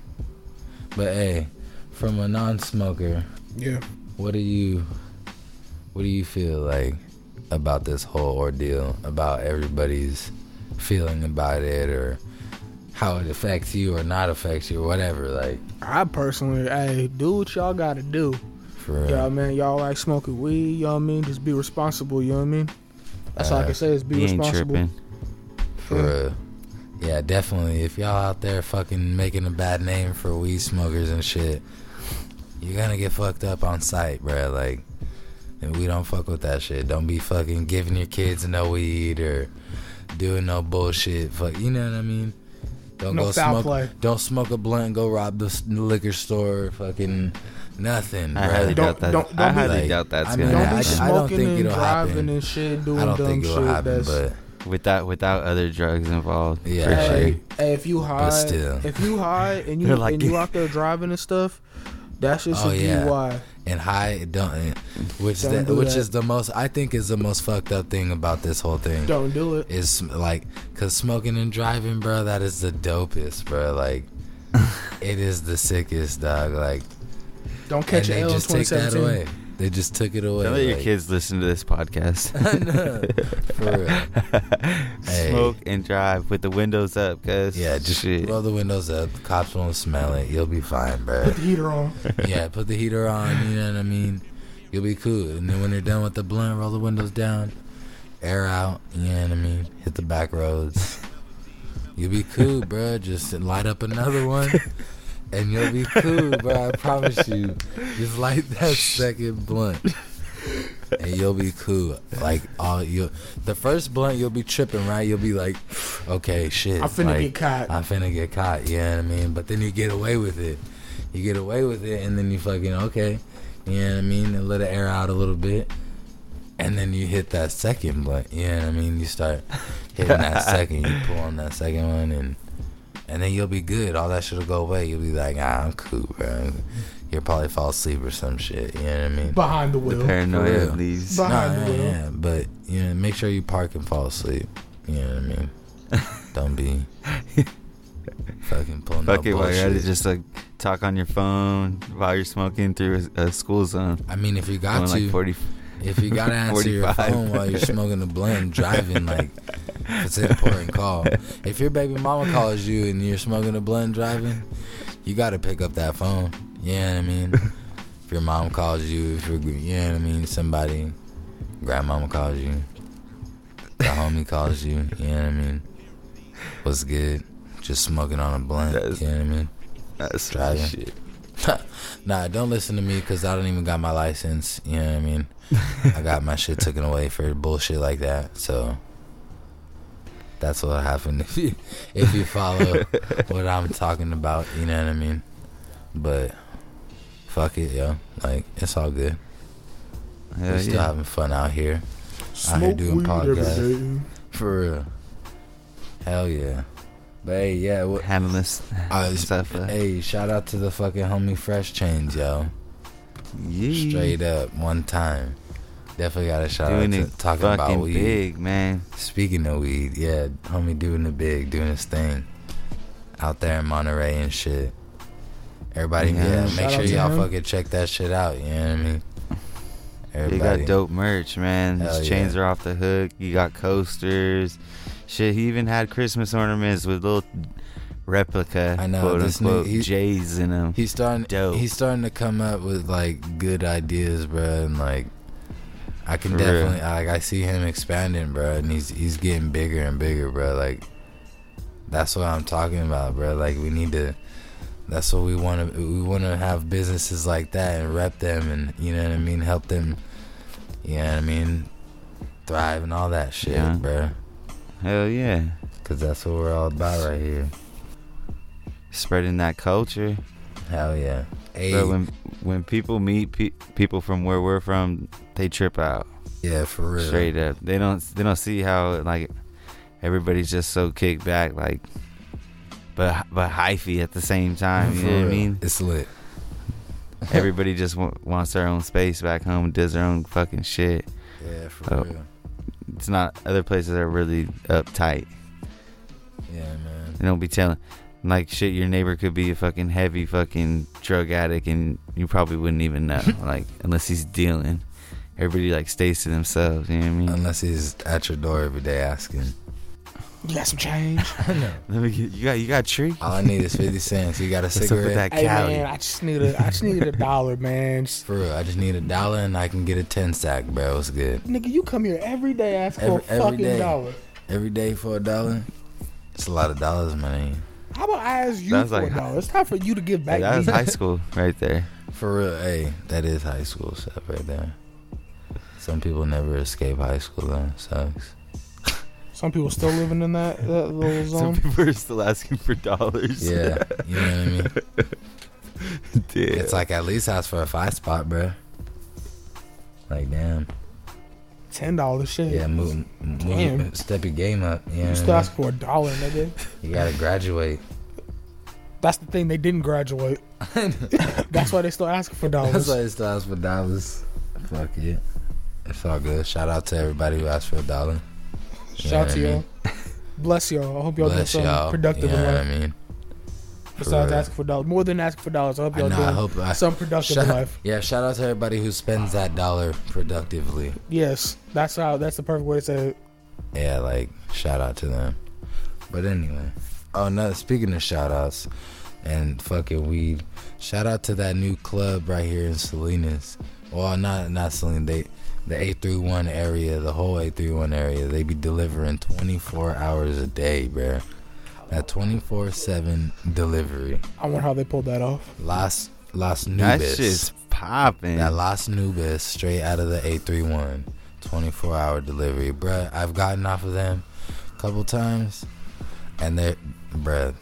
Speaker 8: But hey, from a non-smoker,
Speaker 4: Yeah.
Speaker 8: what do you what do you feel like about this whole ordeal? About everybody's feeling about it or how it affects you or not affects you or whatever like
Speaker 9: I personally, hey, do what y'all gotta do.
Speaker 8: for real.
Speaker 9: Yeah, man, y'all like smoking weed, you know what I mean? Just be responsible, you know what I mean? That's all I
Speaker 8: Uh,
Speaker 9: can say is be
Speaker 7: you ain't
Speaker 9: responsible.
Speaker 7: tripping.
Speaker 8: For real. Yeah, definitely. If y'all out there fucking making a bad name for weed smokers and shit, you're gonna get fucked up on sight, bruh. Like, and we don't fuck with that shit. Don't be fucking giving your kids no weed or doing no bullshit. Fuck, you know what I mean? Don't
Speaker 9: No
Speaker 8: go
Speaker 9: foul
Speaker 8: smoke.
Speaker 9: play.
Speaker 8: Don't smoke a blunt. and Go rob the s- liquor store. Fucking nothing,
Speaker 7: I
Speaker 8: bruh.
Speaker 7: highly
Speaker 9: Don't-
Speaker 7: doubt that.
Speaker 9: don't-
Speaker 7: I
Speaker 9: don't be
Speaker 7: highly
Speaker 8: like-
Speaker 7: doubt that's
Speaker 8: I mean,
Speaker 7: gonna
Speaker 9: Don't
Speaker 8: I-
Speaker 9: be
Speaker 8: I
Speaker 7: happen.
Speaker 8: don't think
Speaker 9: smoking and
Speaker 8: it'll happen.
Speaker 9: driving and shit, doing
Speaker 8: I don't
Speaker 9: dumb
Speaker 8: think
Speaker 9: shit.
Speaker 8: it'll happen,
Speaker 9: that's,
Speaker 8: but
Speaker 7: without without other drugs involved.
Speaker 8: Yeah.
Speaker 7: for sure.
Speaker 9: hey, hey, if you high,
Speaker 8: still.
Speaker 9: if you high and you
Speaker 7: They're like-
Speaker 9: and you out there driving and stuff, that's just
Speaker 8: Oh,
Speaker 9: a
Speaker 8: yeah.
Speaker 9: DUI.
Speaker 8: and high don't which
Speaker 9: Don't
Speaker 8: that,
Speaker 9: do
Speaker 8: which
Speaker 9: that.
Speaker 8: is the most I think is the most fucked up thing about this whole thing
Speaker 9: Don't do it.
Speaker 8: is like cuz smoking and driving bro that is the dopest bro like it is the sickest dog like
Speaker 9: Don't
Speaker 8: and
Speaker 9: catch an
Speaker 8: they
Speaker 9: L in
Speaker 8: just take that
Speaker 9: 2017.
Speaker 8: away they just took it away
Speaker 7: Don't let your
Speaker 8: like,
Speaker 7: kids listen to this podcast.
Speaker 8: no, for real. Hey.
Speaker 7: Smoke and drive with the windows up, cuz.
Speaker 8: yeah just
Speaker 7: shit.
Speaker 8: roll the windows up the cops won't smell it you'll be fine bro
Speaker 9: Put the heater on.
Speaker 8: yeah, put the heater on, you know what I mean? You'll be cool. And then when you're done with the blunt, roll the windows down, air out, you know what I mean? Hit the back roads. You'll be cool, bruh. Just light up another one. And you'll be cool, bro. I promise you. Just light that second blunt, and you'll be cool. Like all you, the first blunt, you'll be tripping, right? You'll be like, okay, shit.
Speaker 9: I'm finna
Speaker 8: like,
Speaker 9: get caught.
Speaker 8: I'm finna get caught. You know what I mean? But then you get away with it. You get away with it, and then you fucking okay. You know what I mean? And let it air out a little bit, and then you hit that second blunt. You know what I mean? You start hitting that second. You pull on that second one, and and then you'll be good. All that shit'll go away. You'll be like, ah, I'm cool, bro. You'll probably fall asleep or some shit. You know what I mean?
Speaker 9: Behind the wheel.
Speaker 7: the paranoia
Speaker 8: real.
Speaker 7: leaves.
Speaker 9: But-
Speaker 8: Nah,
Speaker 9: behind the
Speaker 8: yeah,
Speaker 9: wheel.
Speaker 8: yeah, but you know, make sure you park and fall asleep. You know what I mean? Don't be fucking pulling
Speaker 7: Fuck
Speaker 8: no
Speaker 7: it, why you gotta
Speaker 8: bullshit.
Speaker 7: just like talk on your phone while you're smoking through a, a school zone.
Speaker 8: I mean, if you got
Speaker 7: Going
Speaker 8: to,
Speaker 7: like 40.
Speaker 8: if you gotta answer your
Speaker 7: 45.
Speaker 8: phone while you're smoking a blunt and driving, like if it's an important call. If your baby mama calls you and you're smoking a blunt and driving, you gotta pick up that phone. You know what I mean? If your mom calls you, if your gr- you know what I mean, somebody, grandmama calls you, the homie calls you. You know what I mean? What's good? Just smoking on a blunt.
Speaker 7: That's-
Speaker 8: you know what I mean?
Speaker 7: That's
Speaker 8: Driving.
Speaker 7: shit.
Speaker 8: nah, don't listen to me because I don't even got my license. You know what I mean? I got my shit taken away for bullshit like that. So that's what happened if you if you follow what I'm talking about. You know what I mean? But fuck it, yo. Like it's all good.
Speaker 7: Hell
Speaker 8: We're still
Speaker 7: yeah.
Speaker 8: having fun out here
Speaker 9: Smoke
Speaker 8: doing
Speaker 9: weed every
Speaker 8: podcasts.
Speaker 9: day.
Speaker 8: for real. Hell yeah. But hey, yeah. What,
Speaker 7: Handling this
Speaker 8: I,
Speaker 7: stuff. Uh,
Speaker 8: hey, shout out to the fucking homie Fresh Chains, yo.
Speaker 7: yeah.
Speaker 8: straight up one time. Definitely got a shout
Speaker 7: Doing
Speaker 8: out
Speaker 7: it
Speaker 8: to talking about
Speaker 7: fucking
Speaker 8: weed.
Speaker 7: big, man.
Speaker 8: Speaking of weed, yeah, homie doing the big, doing his thing out there in Monterey and shit. Everybody,
Speaker 7: Yeah.
Speaker 8: yeah, make
Speaker 9: Shout
Speaker 8: sure
Speaker 9: out to
Speaker 8: y'all
Speaker 9: him.
Speaker 8: fucking check that shit out. You know what I mean?
Speaker 7: They
Speaker 8: Everybody,
Speaker 7: got dope merch, man.
Speaker 8: Hell
Speaker 7: His chains
Speaker 8: yeah.
Speaker 7: are off the hook. You got coasters. Shit, he even had Christmas ornaments with little replica,
Speaker 8: I know,
Speaker 7: quote
Speaker 8: this
Speaker 7: unquote,
Speaker 8: nigga- he-
Speaker 7: J's in them.
Speaker 8: he's starting.
Speaker 7: Dope.
Speaker 8: He's starting to come up with like good ideas, bro, and like. I can
Speaker 7: For real.
Speaker 8: definitely like I see him expanding, bro, and he's he's getting bigger and bigger, bro. Like that's what I'm talking about, bro. Like we need to. That's what we want to. We want to have businesses like that and rep them, and you know what I mean. Help them. You know what I mean. Thrive and all that shit,
Speaker 7: Yeah.
Speaker 8: bro.
Speaker 7: Hell yeah.
Speaker 8: Cause that's what we're all about right here.
Speaker 7: Spreading that culture.
Speaker 8: Hell yeah. Hey,
Speaker 7: Bro, when, when people meet pe- people from where we're from, they trip out.
Speaker 8: yeah, for real.
Speaker 7: Straight up. They don't they don't see how like everybody's just so kicked back like but but hyphy at the same time, you
Speaker 8: For
Speaker 7: know what I
Speaker 8: real.
Speaker 7: mean?
Speaker 8: It's lit.
Speaker 7: Everybody just w- wants their own space back home, does their own fucking shit.
Speaker 8: Yeah, for
Speaker 7: Oh.
Speaker 8: real.
Speaker 7: It's not other places are really uptight.
Speaker 8: Yeah, man.
Speaker 7: They don't be telling like shit your neighbor could be a fucking heavy fucking drug addict and you probably wouldn't even know like unless he's dealing. Everybody like stays to themselves, you know what I mean?
Speaker 8: Unless he's at your door every day asking.
Speaker 9: You got some change?
Speaker 7: Let me get, you got you got tree.
Speaker 8: All I need is fifty cents. You got a
Speaker 7: What's up with
Speaker 8: cigarette?
Speaker 7: that
Speaker 9: hey
Speaker 7: cow?
Speaker 9: man, I just need a I just need a dollar, man. Just-
Speaker 8: For real, I just need a dollar and I can get a ten sack, bro. It's good.
Speaker 9: nigga, you come here every day asking
Speaker 8: Every-
Speaker 9: for a
Speaker 8: every
Speaker 9: fucking
Speaker 8: day.
Speaker 9: dollar.
Speaker 8: Every day for a dollar. It's a lot of dollars, man.
Speaker 9: How about I ask you
Speaker 7: That's
Speaker 9: for
Speaker 7: like-
Speaker 9: a dollar? It's time for you to give back.
Speaker 7: that was
Speaker 9: me.
Speaker 7: high school right there.
Speaker 8: For real, hey, that is high school stuff right there. Some people never escape high school though. Sucks.
Speaker 9: Some people still living in that, that little
Speaker 7: Some
Speaker 9: zone.
Speaker 7: people are still asking for dollars.
Speaker 8: Yeah, you know what I mean.
Speaker 7: Dude.
Speaker 8: It's like at least ask for a five spot, bro. Like damn,
Speaker 9: Ten dollars, shit.
Speaker 8: yeah, move, move
Speaker 9: Damn.
Speaker 8: step your game up. You, know
Speaker 9: You
Speaker 8: what I
Speaker 9: still
Speaker 8: mean?
Speaker 9: ask for a dollar, nigga.
Speaker 8: you gotta graduate.
Speaker 9: That's the thing. They didn't graduate. That's why they still asking for
Speaker 8: That's
Speaker 9: dollars.
Speaker 8: why it still ask for dollars. Fuck it. It's all good. Shout out to everybody who asked for a dollar.
Speaker 9: Shout out to
Speaker 8: Yeah, I
Speaker 9: y'all.
Speaker 8: mean-
Speaker 9: Bless y'all. I hope y'all do
Speaker 8: Bless
Speaker 9: something
Speaker 8: y'all. you
Speaker 9: productive
Speaker 8: know
Speaker 9: in
Speaker 8: what
Speaker 9: life.
Speaker 8: I mean?
Speaker 9: Besides
Speaker 8: real.
Speaker 9: asking for dollars, more than asking for dollars, I hope
Speaker 8: I
Speaker 9: y'all
Speaker 8: know,
Speaker 9: doing
Speaker 8: I hope I-
Speaker 9: some productive
Speaker 8: Shout-
Speaker 9: in life.
Speaker 8: Yeah, shout out to everybody who spends that dollar productively.
Speaker 9: Yes, that's how. That's the perfect way to say it.
Speaker 8: Yeah, like shout out to them. But anyway, oh no, speaking of shout outs and fucking weed, shout out to that new club right here in Salinas. Well, not not Salinas, they the 831 area, the whole 831 area. They be delivering 24 hours a day, bruh. That 24/7 delivery.
Speaker 9: I wonder how they pulled that off.
Speaker 8: Las Las
Speaker 7: that
Speaker 8: Nubes.
Speaker 7: shit's popping.
Speaker 8: That Las Nubes straight out of the 831 24 hour delivery. Bruh, I've gotten off of them a couple times and they're, bruh,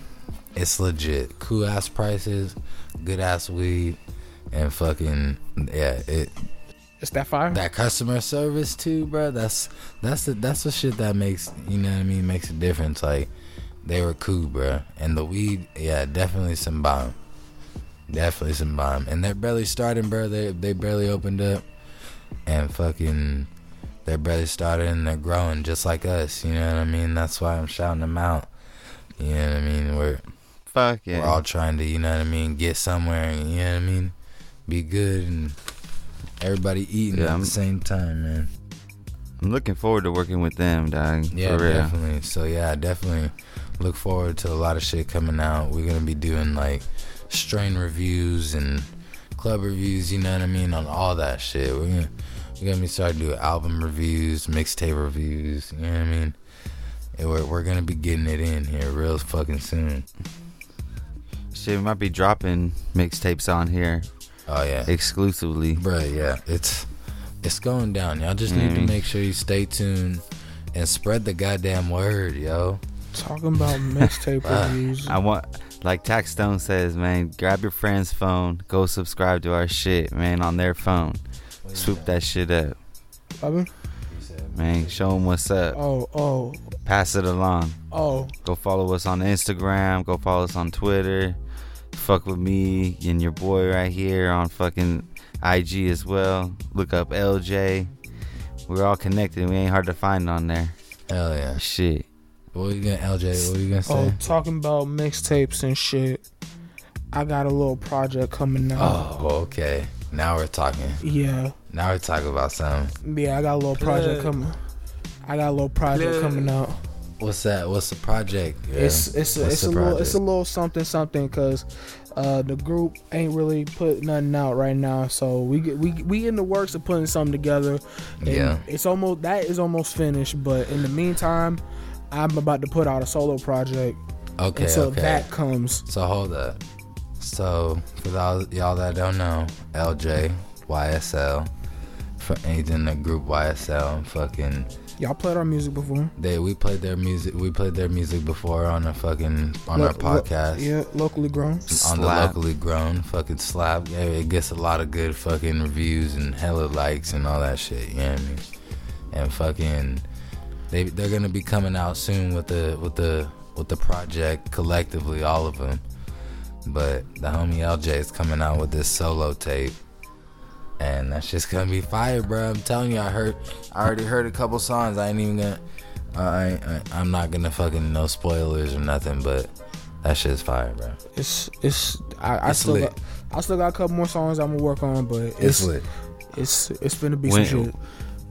Speaker 8: it's legit. Cool ass prices, good ass weed, and fucking, yeah, it,
Speaker 9: Is that fire?
Speaker 8: that customer service too, bro. That's that's the that's the shit that makes you know what I mean makes a difference. Like they were cool, bro. And the weed, yeah, definitely some bomb, definitely some bomb. And they're barely starting, bro. They they barely opened up, and fucking they're barely starting and they're growing just like us. You know what I mean? That's why I'm shouting them out. You know what I mean? We're
Speaker 7: Fuck yeah.
Speaker 8: we're all trying to, you know what I mean, get somewhere and you know what I mean, be good and everybody eating
Speaker 7: Yeah,
Speaker 8: at
Speaker 7: I'm-
Speaker 8: the same time, man.
Speaker 7: I'm looking forward to working with them, dog.
Speaker 8: Yeah,
Speaker 7: for real.
Speaker 8: definitely. So yeah, definitely look forward to a lot of shit coming out. We're gonna be doing like strain reviews and club reviews. You know what I mean on all that shit. We're gonna we're gonna be starting to do album reviews, mixtape reviews. You know what I mean. And we're we're gonna be getting it in here real fucking soon.
Speaker 7: Shit, we might be dropping mixtapes on here
Speaker 8: Oh yeah.
Speaker 7: exclusively.
Speaker 8: Bruh, yeah, it's it's going down. Y'all just need to
Speaker 7: Mhm.
Speaker 8: make sure you stay tuned and spread the goddamn word, yo.
Speaker 9: Talking about mixtape reviews.
Speaker 7: I want, like Tax Stone says, man, grab your friend's phone, go subscribe to our shit, man, on their phone. Swoop that shit up,
Speaker 9: Bobby?
Speaker 7: man. Show them what's up.
Speaker 9: Oh, oh,
Speaker 7: Pass it along.
Speaker 9: oh.
Speaker 7: Go follow us on Instagram. Go follow us on Twitter. Fuck with me and your boy right here on fucking IG as well. Look up LJ. We're all connected. We ain't hard to find on there.
Speaker 8: Hell yeah.
Speaker 7: Shit.
Speaker 8: What you gonna LJ? What you gonna say?
Speaker 9: Oh, talking about mixtapes and shit. I got a little project coming out.
Speaker 8: Oh, okay. Now we're talking.
Speaker 9: Yeah,
Speaker 8: Now we're talking about something.
Speaker 9: yeah. I got a little project
Speaker 8: Plug.
Speaker 9: coming. I got a little project coming out.
Speaker 8: What's that? What's the project? Yeah.
Speaker 9: It's it's a,
Speaker 8: What's
Speaker 9: it's a
Speaker 8: the
Speaker 9: little it's a
Speaker 8: project?
Speaker 9: little something something because uh, the group ain't really put nothing out right now. So we get, we we in the works of putting something together. and
Speaker 8: Yeah.
Speaker 9: it's almost that is almost finished. But in the meantime, I'm about to put out a solo project
Speaker 8: okay.
Speaker 9: until
Speaker 8: okay.
Speaker 9: that comes.
Speaker 8: So hold up. So for those y'all that don't know, LJ YSL, for he's in the group YSL. Fucking,
Speaker 9: Y'all played our music before
Speaker 8: they we played their music. We played their music before on a fucking on
Speaker 9: Lo-
Speaker 8: our
Speaker 9: lo-
Speaker 8: podcast.
Speaker 9: yeah, locally grown.
Speaker 8: on the
Speaker 7: Slap.
Speaker 8: locally grown fucking slap. Yeah, it gets a lot of good fucking reviews and hella likes and all that shit. You know what I mean? And fucking, they they're gonna be coming out soon with the with the with the project collectively, all of them. But the homie LJ is coming out with this solo tape. And that's just gonna be fire, bro. I'm telling you, I heard, I already heard a couple songs. I ain't even gonna, I, I I'm not gonna fucking no spoilers or nothing. But that shit's fire, bro.
Speaker 9: It's it's I, I
Speaker 8: It's
Speaker 9: still
Speaker 8: lit.
Speaker 9: got, I still got a couple more songs I'm gonna work on, but it's
Speaker 8: It's lit.
Speaker 9: it's it's gonna be some
Speaker 7: When,
Speaker 9: shit.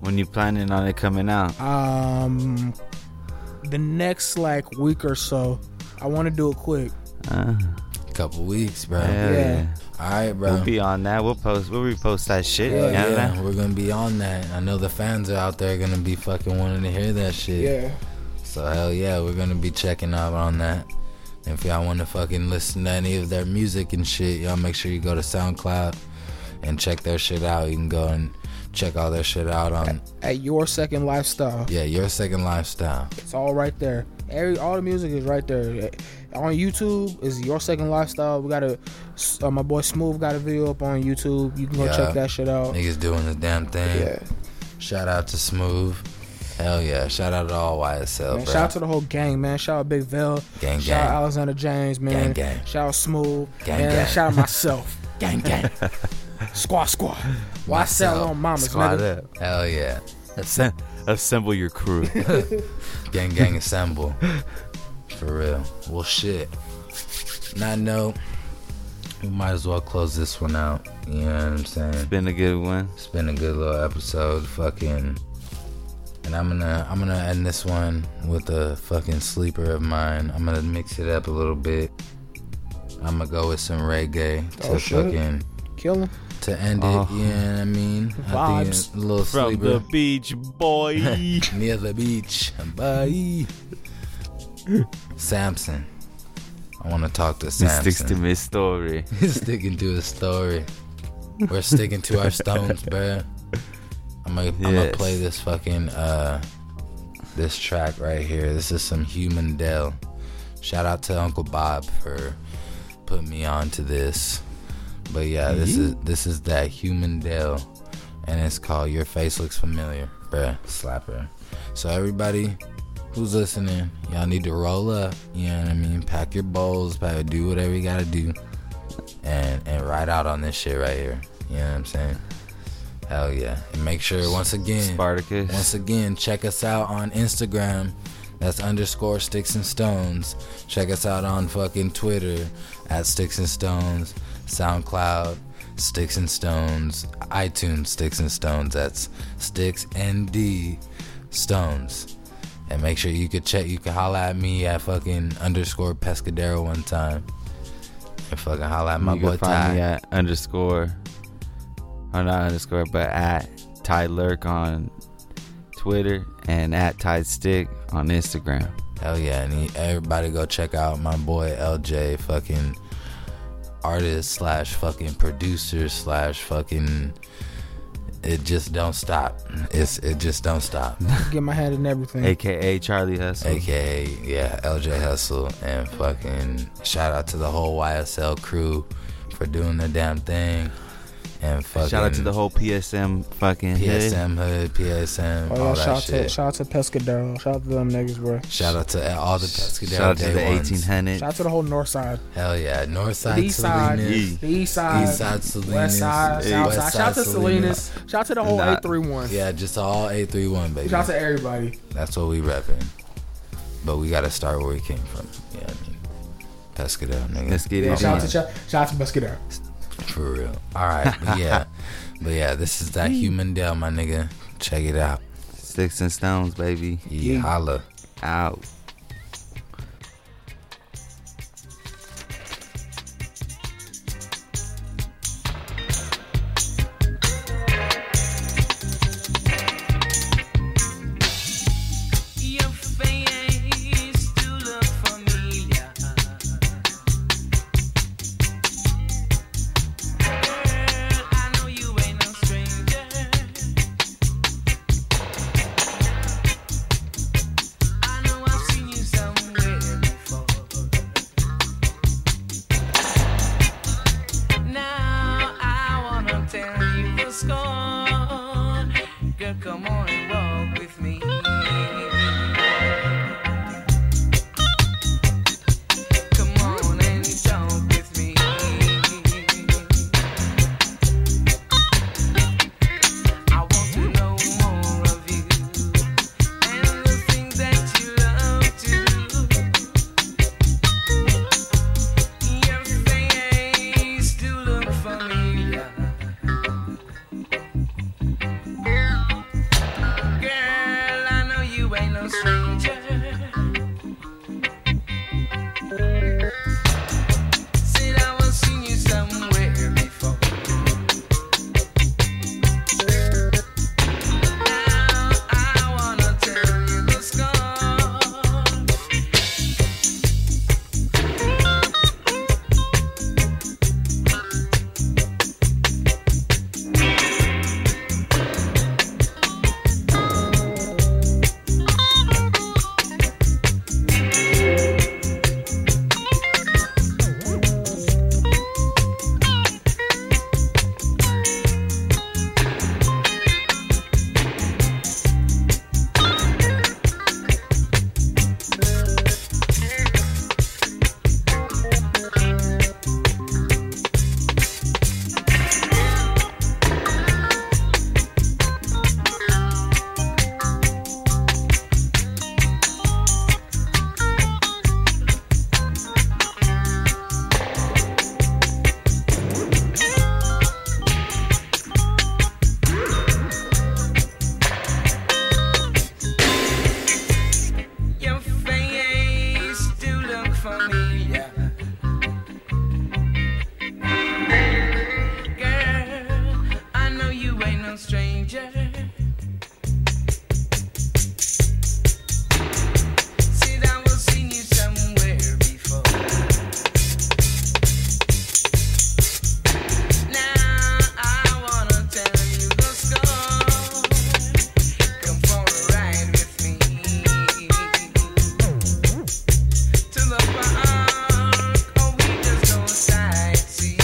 Speaker 7: when you planning on it coming out?
Speaker 8: Uh,
Speaker 9: Um, the next like week or so, I want to do it quick.
Speaker 7: Uh,
Speaker 8: Couple weeks, bro.
Speaker 7: hell yeah.
Speaker 9: Yeah.
Speaker 8: All right, bro.
Speaker 7: We'll be on that. We'll post. We'll repost that shit.
Speaker 8: Hell
Speaker 7: you know
Speaker 8: yeah,
Speaker 7: that?
Speaker 8: we're gonna be on that. I know the fans are out there gonna be fucking wanting to hear that shit.
Speaker 9: Yeah,
Speaker 8: So hell yeah, we're gonna be checking out on that. And if y'all want to fucking listen to any of their music and shit, y'all make sure you go to SoundCloud and check their shit out. You can go and check all their shit out on
Speaker 9: at your second lifestyle,
Speaker 8: yeah, your second lifestyle.
Speaker 9: it's all right there. Every all the music is right there. On YouTube is your second lifestyle. We got a uh, my boy Smooth got a video up on YouTube. You can go
Speaker 8: Yeah.
Speaker 9: check that shit out.
Speaker 8: Niggas doing the damn thing.
Speaker 9: Yeah,
Speaker 8: Shout out to Smooth. Hell yeah. Shout out to all YSL,
Speaker 9: man,
Speaker 8: bro.
Speaker 9: shout out to the whole gang, man. Shout out Big Vel.
Speaker 8: Gang,
Speaker 9: shout out
Speaker 8: gang.
Speaker 9: Alexander James, man.
Speaker 8: Gang, gang.
Speaker 9: Shout out Smooth.
Speaker 8: Gang,
Speaker 9: man,
Speaker 8: gang.
Speaker 9: Shout out myself.
Speaker 8: gang gang.
Speaker 9: Squaw squaw. Why sell on mamas,
Speaker 7: Squad
Speaker 9: nigga?
Speaker 7: up.
Speaker 8: Hell yeah.
Speaker 7: Assemb- assemble your crew.
Speaker 8: Gang gang assemble. For real. Well shit. Not note. We might as well close this one out. You know what I'm saying?
Speaker 7: Been a good one.
Speaker 8: It's been a good little episode, fucking. And I'm gonna I'm gonna end this one with a fucking sleeper of mine. I'm gonna mix it up a little bit. I'm gonna go with some reggae to
Speaker 9: Oh, shit.
Speaker 8: fucking
Speaker 9: Kill him.
Speaker 8: to end
Speaker 7: Oh.
Speaker 8: it. You know what I mean? I think
Speaker 9: Vibes.
Speaker 8: it's a little
Speaker 7: From
Speaker 8: sleeper.
Speaker 7: the beach, boy.
Speaker 8: near the beach. Bye. Samson. I want to talk to
Speaker 7: He
Speaker 8: Samson.
Speaker 7: sticks to his story.
Speaker 8: He's sticking to his story. We're sticking to our stones, bruh. I'm gonna, I'm gonna
Speaker 7: Yes.
Speaker 8: play this fucking uh this track right here. This is some Human Dell. Shout out to Uncle Bob for putting me on to this. But yeah, this is this is that Human Dell, and it's called Your Face Looks Familiar, bruh. Slapper. So everybody who's listening, y'all need to roll up. You know what I mean? Pack your bowls, pack, do whatever you gotta do and and ride out on this shit right here. You know what I'm saying? Hell yeah! And make sure once again,
Speaker 7: Spartacus.
Speaker 8: once again, check us out on Instagram. That's underscore sticks and stones. Check us out on fucking Twitter at sticks and stones, SoundCloud sticks and stones, iTunes sticks and stones. That's sticks and D stones. And make sure you could check, you could holla at me at fucking underscore pescadero one time. And fucking holla at my
Speaker 7: you
Speaker 8: boy
Speaker 7: can find
Speaker 8: Ty.
Speaker 7: me at underscore, or not underscore, but at Ty Lurk on Twitter and at Ty Stick on Instagram.
Speaker 8: Hell yeah, and he, everybody go check out my boy LJ, fucking artist slash fucking producer slash fucking. It just don't stop. It's it just don't stop.
Speaker 9: Get my hand in everything.
Speaker 7: AKA Charlie Hustle.
Speaker 8: AKA yeah, LJ Hustle and fucking shout out to the whole YSL crew for doing the damn thing. and fucking
Speaker 7: Shout out to the whole PSM fucking PSM.
Speaker 8: PSM hood, PSM, all
Speaker 9: Oh, yeah,
Speaker 8: that
Speaker 9: shout out
Speaker 8: shit.
Speaker 9: to shout out to Pescadero. Shout out to them niggas, bro.
Speaker 8: Shout out to all the pescadero
Speaker 7: Shout out to
Speaker 8: day
Speaker 7: the
Speaker 8: ones.
Speaker 7: eighteen hundred.
Speaker 9: Shout out to the whole north side,
Speaker 8: Hell yeah, north side,
Speaker 9: the east side,
Speaker 8: Salinas,
Speaker 9: the east side,
Speaker 8: East side Salinas,
Speaker 9: west side,
Speaker 8: Hey.
Speaker 9: south
Speaker 8: West
Speaker 9: side.
Speaker 8: side
Speaker 9: Shout out to
Speaker 8: Salinas.
Speaker 9: Salinas. Shout out to the whole
Speaker 7: Nah.
Speaker 9: eight three one.
Speaker 8: Yeah, just all eight three one baby.
Speaker 9: Shout out to everybody.
Speaker 8: That's what we repping. But we gotta start where we came from. Yeah, I mean, pescadero, nigga.
Speaker 7: Let's get
Speaker 9: Yeah,
Speaker 7: it
Speaker 9: shout out to
Speaker 7: in.
Speaker 9: shout shout out to Pescadero.
Speaker 8: For real. All right, but yeah, but yeah, this is that human Dell, my nigga. Check it out.
Speaker 7: Sticks and stones, baby.
Speaker 8: Yeah, holla.
Speaker 7: Out.
Speaker 1: Your face do look familiar. Girl, I know you ain't no stranger. I know I've seen you somewhere before. Now I wanna tell you the score. Girl, come on and walk with me. Come on and talk with me. I want to know more of you and the things that you love to do. Your face do look familiar. Girl, I know you ain't no stranger. Said I was seeing you somewhere before. Now I wanna tell you the score. Your face do look familiar. Girl, I know you ain't no stranger. Said I was seeing you somewhere before. Now I wanna tell you the score. Come for a ride with me to the park, or we just go sightseeing.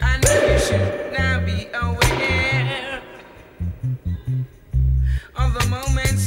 Speaker 1: I know you should now be aware of the moments